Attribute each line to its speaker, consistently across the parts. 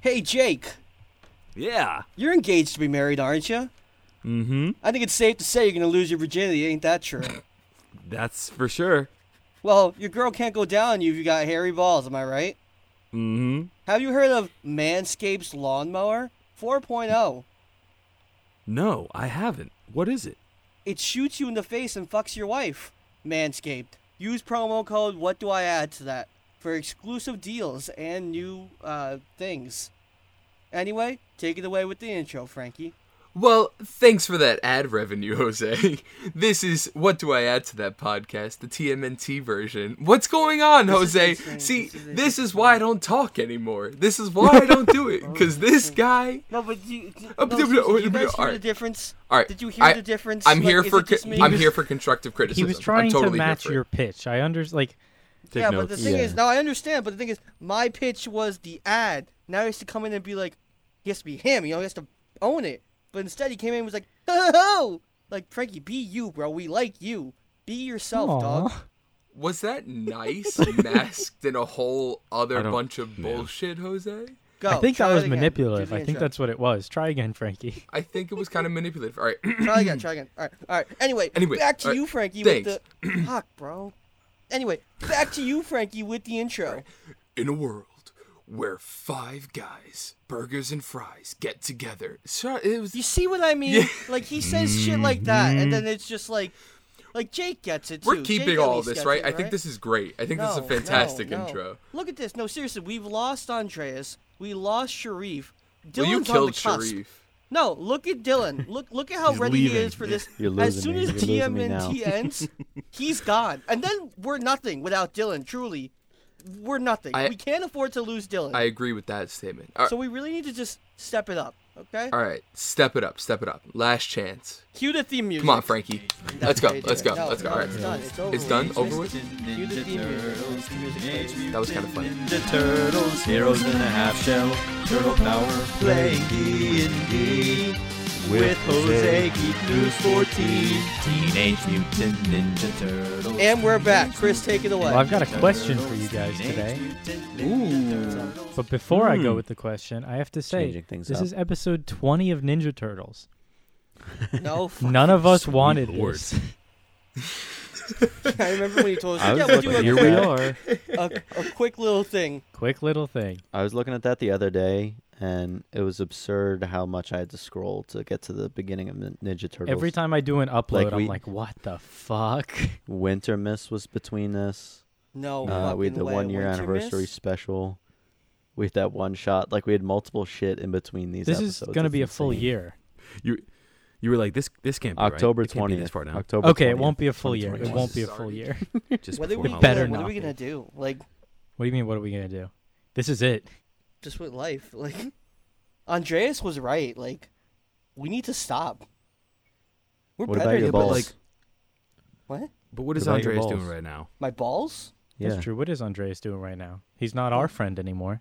Speaker 1: Hey, Jake,
Speaker 2: Yeah.
Speaker 1: you're engaged to be married, aren't you?
Speaker 2: Mm-hmm.
Speaker 1: I think it's safe to say you're going to lose your virginity. Ain't that true?
Speaker 2: That's for sure.
Speaker 1: well, your girl can't go down on you if you got hairy balls, am I right?
Speaker 2: Mm-hmm.
Speaker 1: Have you heard of Manscaped's Lawnmower oh. 4.0?
Speaker 2: No, I haven't. What is it?
Speaker 1: It shoots you in the face and fucks your wife. Manscaped. Use promo code What Do I Add to that for exclusive deals and new uh, things. Anyway, take it away with the intro, Frankie.
Speaker 3: Well, thanks for that ad revenue, Jose. This is What Do I Add to That podcast, the TMNT version. What's going on, Jose?
Speaker 1: insane.
Speaker 3: See,
Speaker 1: This is
Speaker 3: this is why I don't talk anymore. This is why I don't do
Speaker 1: Oh,
Speaker 3: it, because this guy.
Speaker 1: No, but do you, no,
Speaker 3: Uh, but-
Speaker 1: seriously,
Speaker 3: but-
Speaker 1: do you
Speaker 3: but-
Speaker 1: guys hear the
Speaker 3: alright.
Speaker 1: difference?
Speaker 3: All right.
Speaker 1: Did you hear
Speaker 3: I-
Speaker 1: the difference?
Speaker 3: I'm
Speaker 1: Like,
Speaker 3: here
Speaker 1: is
Speaker 3: for
Speaker 1: it just
Speaker 3: con-
Speaker 1: me?
Speaker 3: I'm here for constructive criticism.
Speaker 4: He was trying
Speaker 3: I'm totally
Speaker 4: to match
Speaker 3: here for it.
Speaker 4: your pitch. I under like
Speaker 2: Take
Speaker 1: yeah,
Speaker 2: notes.
Speaker 1: but the thing is, now I understand. But the thing is, my pitch was the ad. Now he has to come in and be like, he has to be him. You know, he has to own it. But instead, he came in and was like, ho, ho, ho! like Frankie, be you, bro. We like you. Be yourself, dog.
Speaker 4: Aw.
Speaker 3: Was that nice masked in a whole other
Speaker 2: I don't-
Speaker 3: bunch of
Speaker 2: yeah.
Speaker 3: bullshit, Jose?
Speaker 1: Go.
Speaker 4: I think
Speaker 1: Oh, try
Speaker 4: that
Speaker 1: it
Speaker 4: was
Speaker 1: again. Do
Speaker 4: manipulative.
Speaker 1: the
Speaker 4: I
Speaker 1: intro.
Speaker 4: think that's what it was. Try again, Frankie.
Speaker 3: I think it was kind of manipulative. All right.
Speaker 1: Try again. Try again. All right. All right. Anyway,
Speaker 3: Anyway,
Speaker 1: back to
Speaker 3: all right.
Speaker 1: you, Frankie. With the fuck, bro. Anyway, back to you, Frankie, with the intro.
Speaker 3: in a world where five guys, burgers and fries, get together. So it was.
Speaker 1: You see what I mean? Like he says shit like that, and then it's just like, like Jake gets it too.
Speaker 3: We're
Speaker 1: Jake
Speaker 3: keeping
Speaker 1: at
Speaker 3: all
Speaker 1: least
Speaker 3: this,
Speaker 1: gets
Speaker 3: right?
Speaker 1: it,
Speaker 3: I think this is great. I think this is a
Speaker 1: No,
Speaker 3: fantastic
Speaker 1: no, no.
Speaker 3: intro.
Speaker 1: Look at this. No, seriously, we've lost Andreas. We lost Sharif. Dylan's
Speaker 3: well, you
Speaker 1: on the
Speaker 3: killed
Speaker 1: cusp.
Speaker 3: Sharif.
Speaker 1: No, look at Dylan. Look, look at how
Speaker 2: He's
Speaker 1: ready
Speaker 2: leaving.
Speaker 1: he is for this.
Speaker 5: You're
Speaker 1: as
Speaker 5: losing
Speaker 1: soon
Speaker 5: me.
Speaker 1: as
Speaker 5: You're losing me now.
Speaker 1: TMNT ends, he's gone, and then we're nothing without Dylan. Truly, we're nothing.
Speaker 3: I-
Speaker 1: we can't afford to lose Dylan.
Speaker 3: I agree with that statement. All right,
Speaker 1: so we really need to just step it up. Okay.
Speaker 3: all right, step it up, step it up. Last chance.
Speaker 1: Cue the theme music.
Speaker 3: Come on, Frankie. Let's go.
Speaker 1: Hey,
Speaker 3: Let's
Speaker 1: Dylan.
Speaker 3: go.
Speaker 1: No,
Speaker 3: Let's go.
Speaker 1: no,
Speaker 3: All right.
Speaker 1: It's done. It's over.
Speaker 3: It's done. Over with.
Speaker 1: Cue the theme music. The music plays.
Speaker 3: That was kind of funny.
Speaker 5: The turtles, heroes in a half shell, turtle power, playing D&D. With Jose Geek News 14, Teenage Mutant Ninja Turtles.
Speaker 1: And we're back. Chris, take it away.
Speaker 4: Well, I've got a question for you guys today. But before I go with the question, I have to say
Speaker 5: Hmm. Changing things
Speaker 4: this
Speaker 5: up.
Speaker 4: is episode 20 of Ninja Turtles.
Speaker 1: No, fuck.
Speaker 4: None of us wanted
Speaker 2: Lord.
Speaker 4: this.
Speaker 1: I remember when you told us.
Speaker 5: I was
Speaker 1: yeah, we'll do
Speaker 5: looking-
Speaker 1: a,
Speaker 4: Here we are.
Speaker 1: a, a quick little thing.
Speaker 4: Quick little thing.
Speaker 5: I was looking at that the other day, and it was absurd how much I had to scroll to get to the beginning of Nin- Ninja Turtles.
Speaker 4: Every time I do an upload,
Speaker 5: Like
Speaker 4: I'm
Speaker 5: we-
Speaker 4: like, what the fuck?
Speaker 5: Winter Miss was between us.
Speaker 1: No,
Speaker 5: uh, we had
Speaker 1: fucking
Speaker 5: the
Speaker 1: way.
Speaker 5: one year
Speaker 1: Winter
Speaker 5: anniversary
Speaker 1: Miss?
Speaker 5: special. We had that one shot. Like we had multiple shit in between these.
Speaker 4: This is
Speaker 5: episodes.
Speaker 4: going to
Speaker 5: It's
Speaker 4: be a full
Speaker 5: insane.
Speaker 4: year.
Speaker 2: You you were like this this can't be right.
Speaker 5: October
Speaker 2: It can't be
Speaker 5: twentieth.
Speaker 2: this far now.
Speaker 5: October.
Speaker 4: Okay, it
Speaker 5: 20th.
Speaker 4: won't be a full year. It
Speaker 5: 2021.
Speaker 4: won't be a full
Speaker 3: Sorry.
Speaker 4: year.
Speaker 2: Just
Speaker 1: What are
Speaker 2: before
Speaker 1: we,
Speaker 4: It
Speaker 2: Halloween.
Speaker 4: better
Speaker 1: what are
Speaker 4: not
Speaker 1: we
Speaker 4: be.
Speaker 1: gonna do? Like,
Speaker 4: What do you mean, what are we going to do? This is it.
Speaker 1: just with life. Like, Andreas was right. Like, we need to stop. We're
Speaker 5: What
Speaker 1: better.
Speaker 5: about your
Speaker 1: than
Speaker 2: but,
Speaker 5: balls?
Speaker 1: this.
Speaker 2: like-
Speaker 1: what?
Speaker 2: But what is
Speaker 5: What about your
Speaker 2: Andreas doing
Speaker 5: balls?
Speaker 2: right now?
Speaker 1: My balls?
Speaker 5: yeah.
Speaker 4: That's true. What is Andreas doing right now? He's not our friend anymore.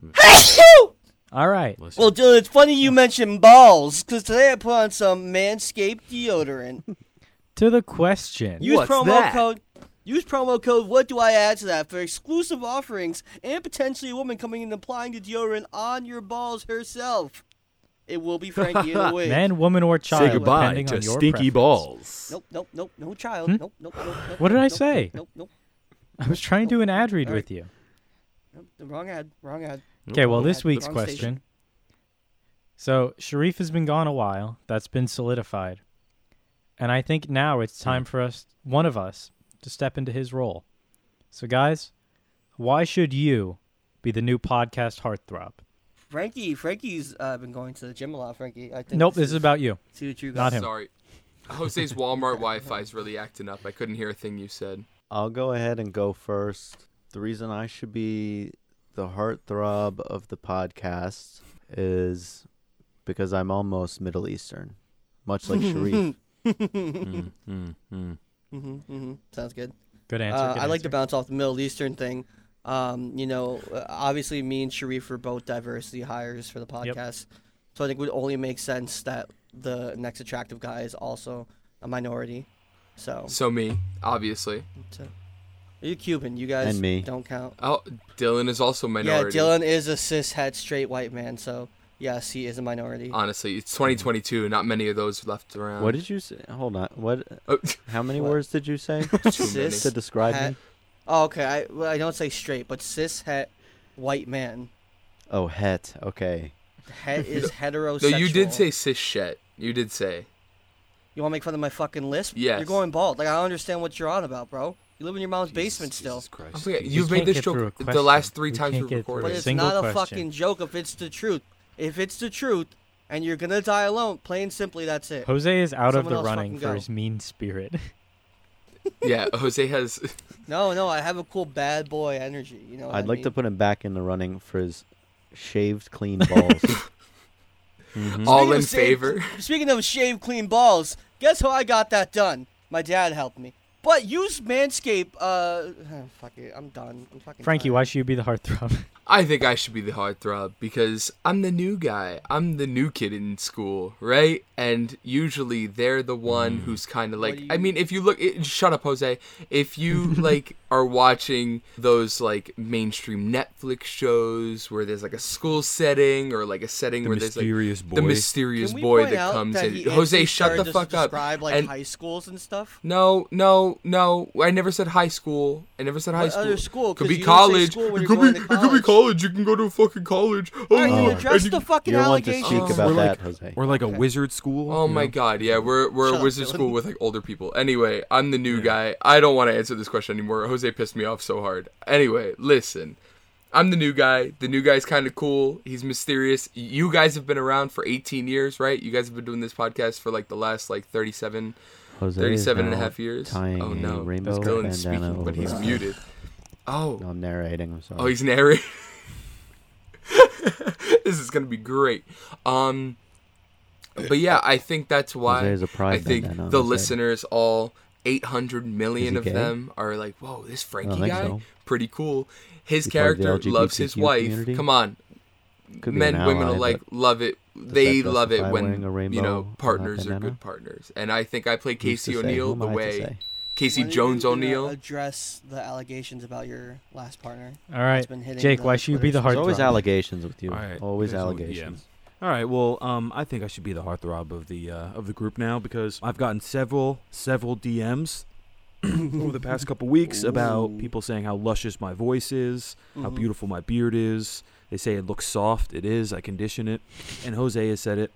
Speaker 4: All right.
Speaker 2: Bless you.
Speaker 1: Well, Dylan, it's funny you mentioned balls, because today I put on some Manscaped deodorant.
Speaker 4: To the question.
Speaker 1: Use
Speaker 2: What's
Speaker 1: promo
Speaker 2: that?
Speaker 1: code. Use promo code. What do I add to that for exclusive offerings and potentially a woman coming and applying the deodorant on your balls herself? It will be Frankie in a wig.
Speaker 4: Man, woman, or child.
Speaker 2: Say goodbye
Speaker 4: depending
Speaker 2: to
Speaker 4: on your
Speaker 2: stinky
Speaker 4: preference.
Speaker 2: balls.
Speaker 1: Nope, nope, nope, no child. Nope, nope, nope, nope.
Speaker 4: Hmm? What did I
Speaker 1: nope,
Speaker 4: say?
Speaker 1: Nope, nope,
Speaker 4: I was trying to do an ad read
Speaker 1: All right.
Speaker 4: with you.
Speaker 1: nope, nope. Wrong ad. Wrong ad.
Speaker 4: Okay, well,
Speaker 1: Ad,
Speaker 4: this week's
Speaker 1: wrong
Speaker 4: question.
Speaker 1: station.
Speaker 4: So, Sharif has been gone a while. That's been solidified. And I think now it's
Speaker 2: Hmm.
Speaker 4: time for us, one of us, to step into his role. So, guys, why should you be the new podcast heartthrob?
Speaker 1: Frankie, Frankie's uh, been going to the gym a lot. Frankie, I think.
Speaker 4: Nope, this is about you.
Speaker 1: see what you
Speaker 4: not
Speaker 1: got.
Speaker 4: him.
Speaker 3: Sorry. Jose's Walmart Wi-Fi is really acting up. I couldn't hear a thing you said.
Speaker 5: I'll go ahead and go first. The reason I should be the heartthrob of the podcast is because I'm almost Middle Eastern, much like Sharif.
Speaker 2: Mm, mm, mm.
Speaker 1: Mm-hmm, mm-hmm. Sounds good.
Speaker 4: Good answer.
Speaker 1: Uh,
Speaker 4: good
Speaker 1: I like to
Speaker 4: answer.
Speaker 1: bounce off the Middle Eastern thing. Um, you know, uh, obviously, me and Sharif were both diversity hires for the
Speaker 4: Yep.
Speaker 1: podcast, so I think it would only make sense that the next attractive guy is also a minority. So,
Speaker 3: So me, obviously.
Speaker 1: so- You're Cuban. You guys
Speaker 5: And me.
Speaker 1: don't count.
Speaker 3: Oh, Dylan is also minority.
Speaker 1: Yeah, Dylan is a cishet straight white man, so yes, he is a minority.
Speaker 3: Honestly, it's 2022. Not many of those left around.
Speaker 5: What did you say? Hold on. What?
Speaker 3: Oh,
Speaker 5: How many
Speaker 1: What?
Speaker 5: words did you say
Speaker 3: too many.
Speaker 1: Cis-
Speaker 5: to describe
Speaker 1: Hat-
Speaker 5: me?
Speaker 1: Oh, okay. I well, I don't say straight, but cishet white man.
Speaker 5: Oh, het. Okay.
Speaker 1: Het is heterosexual.
Speaker 3: No, you did say cis shit. You did say.
Speaker 1: You want to make fun of my fucking lisp?
Speaker 3: Yes.
Speaker 1: You're going bald. Like I don't understand what you're on about, bro. You live in your mom's basement still.
Speaker 3: I forget.
Speaker 2: You
Speaker 4: We
Speaker 3: You've made
Speaker 4: can't
Speaker 3: this
Speaker 4: get through
Speaker 3: joke
Speaker 4: a
Speaker 3: the last
Speaker 4: question.
Speaker 3: three
Speaker 4: We
Speaker 3: times
Speaker 4: can't
Speaker 3: we've
Speaker 4: get through
Speaker 1: But
Speaker 4: a
Speaker 1: it's
Speaker 3: recorded.
Speaker 4: single
Speaker 1: not a
Speaker 4: question.
Speaker 1: fucking joke if it's the truth. If it's the truth, and you're gonna die alone, plain and simply, that's it.
Speaker 4: Jose is out
Speaker 1: Someone
Speaker 4: of the
Speaker 1: else
Speaker 4: running
Speaker 1: fucking go.
Speaker 4: for his mean spirit.
Speaker 3: yeah, Jose has.
Speaker 1: No, no, I have a cool bad boy energy. You know. what I
Speaker 5: I'd like
Speaker 1: mean?
Speaker 5: to put him back in the running for his shaved clean balls.
Speaker 4: Mm-hmm.
Speaker 5: Mhm.
Speaker 3: All
Speaker 1: Speaking
Speaker 3: in
Speaker 1: of shaved-
Speaker 3: favor?
Speaker 1: Speaking of shave clean balls, guess how I got that done? My dad helped me. But use Manscaped. Uh, fuck it, I'm done. I'm fucking.
Speaker 4: Frankie,
Speaker 1: tired.
Speaker 4: why should you be the heartthrob?
Speaker 3: I think I should be the heartthrob because I'm the new guy. I'm the new kid in school, right? And usually they're the one
Speaker 4: Mm.
Speaker 3: who's kind of
Speaker 1: What
Speaker 3: like.
Speaker 1: do
Speaker 3: I
Speaker 1: you-
Speaker 3: mean, if you look, it, shut up, Jose. If you like are watching those like mainstream Netflix shows where there's like a school setting or like a setting
Speaker 2: The
Speaker 3: where
Speaker 2: mysterious
Speaker 3: there's like
Speaker 2: boy.
Speaker 3: the mysterious
Speaker 1: Can we
Speaker 3: boy
Speaker 1: point
Speaker 3: that
Speaker 1: out
Speaker 3: comes
Speaker 1: that he
Speaker 3: in. Jose,
Speaker 1: actually
Speaker 3: shut
Speaker 1: started
Speaker 3: the
Speaker 1: to
Speaker 3: fuck up.
Speaker 1: Describe like
Speaker 3: And-
Speaker 1: high schools and stuff.
Speaker 3: No, no, no. I never said high school. I never said high
Speaker 1: What
Speaker 3: school.
Speaker 1: other school? 'Cause
Speaker 3: Could be
Speaker 1: you don't say
Speaker 3: college.
Speaker 1: school when you're
Speaker 3: it could be.
Speaker 1: going
Speaker 3: It
Speaker 1: to
Speaker 3: could be
Speaker 1: college.
Speaker 3: college. You can go to a fucking college. Oh,
Speaker 1: All right,
Speaker 2: Oh,
Speaker 1: you
Speaker 2: and
Speaker 1: address
Speaker 3: you-
Speaker 1: the fucking
Speaker 5: You're one to
Speaker 1: allegations.
Speaker 5: speak
Speaker 3: Oh.
Speaker 5: about
Speaker 2: We're like-
Speaker 5: that, Jose.
Speaker 2: Or like a
Speaker 1: Okay.
Speaker 2: wizard school.
Speaker 3: Oh
Speaker 2: you
Speaker 3: my
Speaker 2: know?
Speaker 3: god, yeah, we're we're
Speaker 1: Shut
Speaker 3: a
Speaker 1: up,
Speaker 3: wizard
Speaker 1: Dylan.
Speaker 3: school with like older people. Anyway, I'm the new guy. I don't want to answer this question anymore. Jose pissed me off so hard. Anyway, listen. I'm the new guy. The new guy's kind of cool. He's mysterious. You guys have been around for 18 years, right? You guys have been doing this podcast for like the last like 37
Speaker 5: Jose is uh,
Speaker 3: 37 and a
Speaker 5: now
Speaker 3: half years.
Speaker 5: Tying
Speaker 3: oh
Speaker 5: a
Speaker 3: no.
Speaker 5: rainbow
Speaker 3: That's Dylan
Speaker 5: bandana
Speaker 3: speaking, but
Speaker 5: over
Speaker 3: he's
Speaker 5: his-
Speaker 3: muted. Oh.
Speaker 5: No, I'm narrating. I'm sorry.
Speaker 3: Oh, he's narrating. this is gonna be great. Um, but yeah, I think that's why
Speaker 5: Jose is a pride
Speaker 3: I think
Speaker 5: bandana on
Speaker 3: the
Speaker 5: his head.
Speaker 3: listeners, all 800 million
Speaker 5: he
Speaker 3: of
Speaker 5: gay?
Speaker 3: them, are like, "Whoa, this Frankie
Speaker 5: think
Speaker 3: guy,
Speaker 5: so.
Speaker 3: pretty cool." His
Speaker 5: He's part of the
Speaker 3: character loves his
Speaker 5: LGBTQ
Speaker 3: wife.
Speaker 5: community?
Speaker 3: Come on,
Speaker 5: Could be
Speaker 3: men,
Speaker 5: an
Speaker 3: women
Speaker 5: ally,
Speaker 3: alike
Speaker 5: but
Speaker 3: love it.
Speaker 5: that
Speaker 3: They love it
Speaker 5: justify wearing
Speaker 3: when
Speaker 5: a
Speaker 3: you
Speaker 5: rainbow on
Speaker 3: know
Speaker 5: a
Speaker 3: partners are
Speaker 5: bandana?
Speaker 3: good partners, and I think I play
Speaker 5: who's to
Speaker 3: Casey
Speaker 5: say? Who
Speaker 3: O'Neill
Speaker 5: am
Speaker 3: the
Speaker 5: I to
Speaker 3: way
Speaker 5: say?
Speaker 3: Casey
Speaker 1: When are you
Speaker 3: Jones
Speaker 1: gonna
Speaker 3: O'Neill.
Speaker 1: Address the allegations about your last partner.
Speaker 4: All right,
Speaker 1: It's been hitting
Speaker 4: Jake,
Speaker 1: the
Speaker 4: why should you be the
Speaker 5: There's
Speaker 1: Twitter
Speaker 5: always
Speaker 4: heartthrob?
Speaker 5: allegations with you.
Speaker 2: All right,
Speaker 5: Always
Speaker 2: there's al- yeah.
Speaker 5: allegations.
Speaker 2: All right. Well, um, I think I should be the heartthrob of the uh, of the group now because I've gotten several several DMs over the past couple weeks about
Speaker 1: Ooh.
Speaker 2: people saying how luscious my voice is, how
Speaker 1: Mhm.
Speaker 2: beautiful my beard is. They say it looks soft. It is. I condition it, and Jose has said it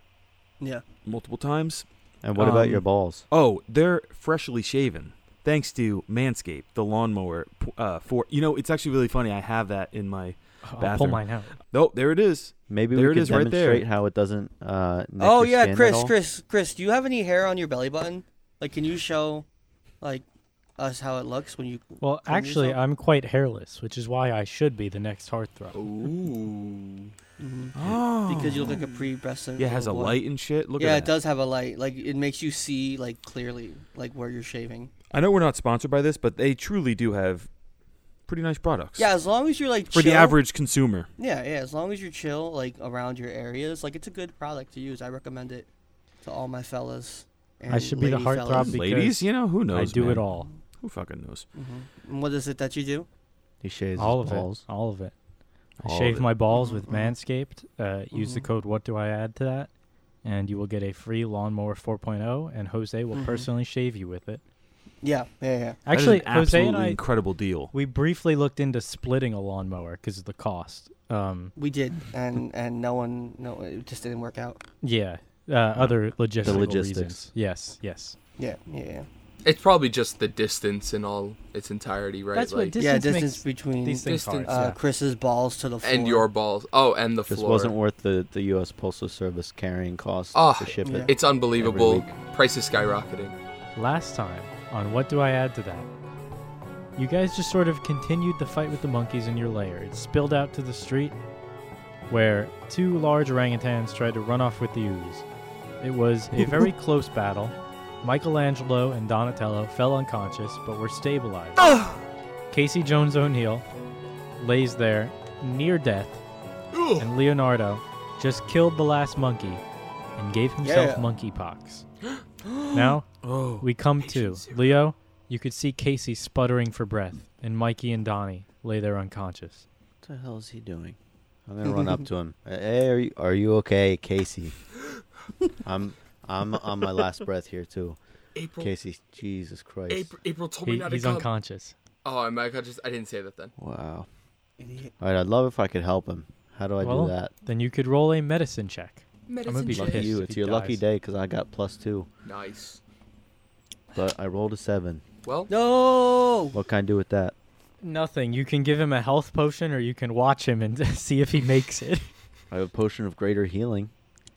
Speaker 1: Yeah.
Speaker 2: multiple times.
Speaker 5: And what about
Speaker 2: Um,
Speaker 5: your balls?
Speaker 2: Oh, they're freshly shaven. Thanks to Manscaped, the lawnmower. p- Uh, for you know, it's actually really funny. I have that in my.
Speaker 4: I'll pull
Speaker 2: bathroom.
Speaker 4: mine out.
Speaker 2: Oh, there it is.
Speaker 5: Maybe
Speaker 2: there
Speaker 5: we
Speaker 2: it
Speaker 5: could
Speaker 2: is right there.
Speaker 5: demonstrate how it doesn't. Uh, nick
Speaker 1: Oh
Speaker 5: your skin
Speaker 1: yeah,
Speaker 5: at
Speaker 1: Chris,
Speaker 5: all.
Speaker 1: Chris, Chris. Do you have any hair on your belly button? Like, can you show, like, us how it looks when you?
Speaker 4: Well,
Speaker 1: Clean
Speaker 4: actually,
Speaker 1: yourself?
Speaker 4: I'm quite hairless, which is why I should be the next heartthrob.
Speaker 3: Oh, Ooh.
Speaker 2: Oh,
Speaker 1: mm-hmm. Because you look like a pre-breasted.
Speaker 2: yeah, it has a
Speaker 1: little boy.
Speaker 2: light and shit. Look
Speaker 1: yeah,
Speaker 2: at
Speaker 1: it
Speaker 2: that.
Speaker 1: does have a light. Like, it makes you see like clearly, like where you're shaving.
Speaker 2: I know we're not sponsored by this, but they truly do have pretty nice products.
Speaker 1: Yeah, as long as you're like
Speaker 2: For the
Speaker 1: chill-
Speaker 2: average consumer.
Speaker 1: Yeah, yeah. As long as you're chill, like around your areas, like it's a good product to use. I recommend it to all my fellas. And
Speaker 4: I should be the
Speaker 1: lady
Speaker 4: heartthrob
Speaker 1: fellas.
Speaker 4: Because
Speaker 2: Ladies, you know, who knows?
Speaker 4: I do
Speaker 2: man?
Speaker 4: it all,
Speaker 2: Who fucking knows?
Speaker 1: Mm-hmm. And what is it that you do?
Speaker 5: He shaves
Speaker 4: all
Speaker 5: his
Speaker 4: of
Speaker 5: balls.
Speaker 4: it, all of it. I
Speaker 2: All of
Speaker 4: shave
Speaker 2: it.
Speaker 4: my balls with
Speaker 1: Mhm.
Speaker 4: Manscaped. Uh, use the
Speaker 1: Mhm.
Speaker 4: code What Do I Add to that, and you will get a free lawnmower 4.0, and Jose will
Speaker 1: Mhm.
Speaker 4: personally shave you with it.
Speaker 1: Yeah, yeah, yeah.
Speaker 2: That is
Speaker 4: Actually,
Speaker 2: an
Speaker 4: Jose and
Speaker 2: absolutely
Speaker 4: I
Speaker 2: incredible deal.
Speaker 4: we briefly looked into splitting a lawnmower because of the cost. Um,
Speaker 1: We did, and and no one, no, it just didn't work out.
Speaker 4: yeah, uh, other logistical
Speaker 5: logistics.
Speaker 4: reasons. Yes, yes.
Speaker 1: Yeah, yeah, yeah.
Speaker 3: It's probably just the distance in all its entirety, right?
Speaker 4: That's what
Speaker 3: like,
Speaker 4: distance,
Speaker 1: yeah,
Speaker 4: makes
Speaker 1: distance between
Speaker 4: these things
Speaker 3: distance-
Speaker 4: hard.
Speaker 1: uh,
Speaker 4: yeah.
Speaker 1: Chris's balls to the floor.
Speaker 3: and your balls. Oh, and the
Speaker 5: This
Speaker 3: floor.
Speaker 5: wasn't worth the, the U.S. Postal Service carrying cost
Speaker 3: Ah,
Speaker 5: to ship
Speaker 1: yeah.
Speaker 5: it.
Speaker 3: it's unbelievable.
Speaker 5: Every
Speaker 3: Price is skyrocketing.
Speaker 4: Last time on What Do I Add to That? You guys just sort of continued the fight with the monkeys in your lair. It spilled out to the street where two large orangutans tried to run off with the ooze. It was a very close battle. Michelangelo and Donatello fell unconscious but were stabilized. Casey Jones O'Neill lays there near death, and Leonardo just killed the last monkey and gave himself
Speaker 1: Yeah.
Speaker 4: monkeypox. now
Speaker 2: Oh,
Speaker 4: we come
Speaker 3: Patient
Speaker 4: to
Speaker 3: zero.
Speaker 4: Leo. You could see Casey sputtering for breath, and Mikey and Donnie lay there unconscious.
Speaker 5: What the hell is he doing? I'm gonna run up to him. Hey, are you, are you okay, Casey? I'm I'm on my last breath here too,
Speaker 3: April.
Speaker 5: Casey. Jesus Christ!
Speaker 3: April, April told me
Speaker 4: He,
Speaker 3: not to
Speaker 4: he's
Speaker 3: come.
Speaker 4: unconscious.
Speaker 3: oh, am I unconscious? I didn't say that then.
Speaker 5: Wow.
Speaker 1: Idiot.
Speaker 5: All right, I'd love if I could help him. How do I
Speaker 4: Well,
Speaker 5: do that?
Speaker 4: Then you could roll a medicine check.
Speaker 3: Medicine
Speaker 4: be
Speaker 3: check.
Speaker 5: Lucky
Speaker 4: pissed
Speaker 5: you.
Speaker 4: if
Speaker 5: It's
Speaker 4: he
Speaker 5: your lucky
Speaker 4: dies.
Speaker 5: day because I got plus two,
Speaker 3: Nice.
Speaker 5: but I rolled a seven.
Speaker 3: Well,
Speaker 1: No.
Speaker 5: What can I do with that?
Speaker 4: Nothing. You can give him a health potion, or you can watch him and see if he makes it.
Speaker 5: I have a potion of greater healing.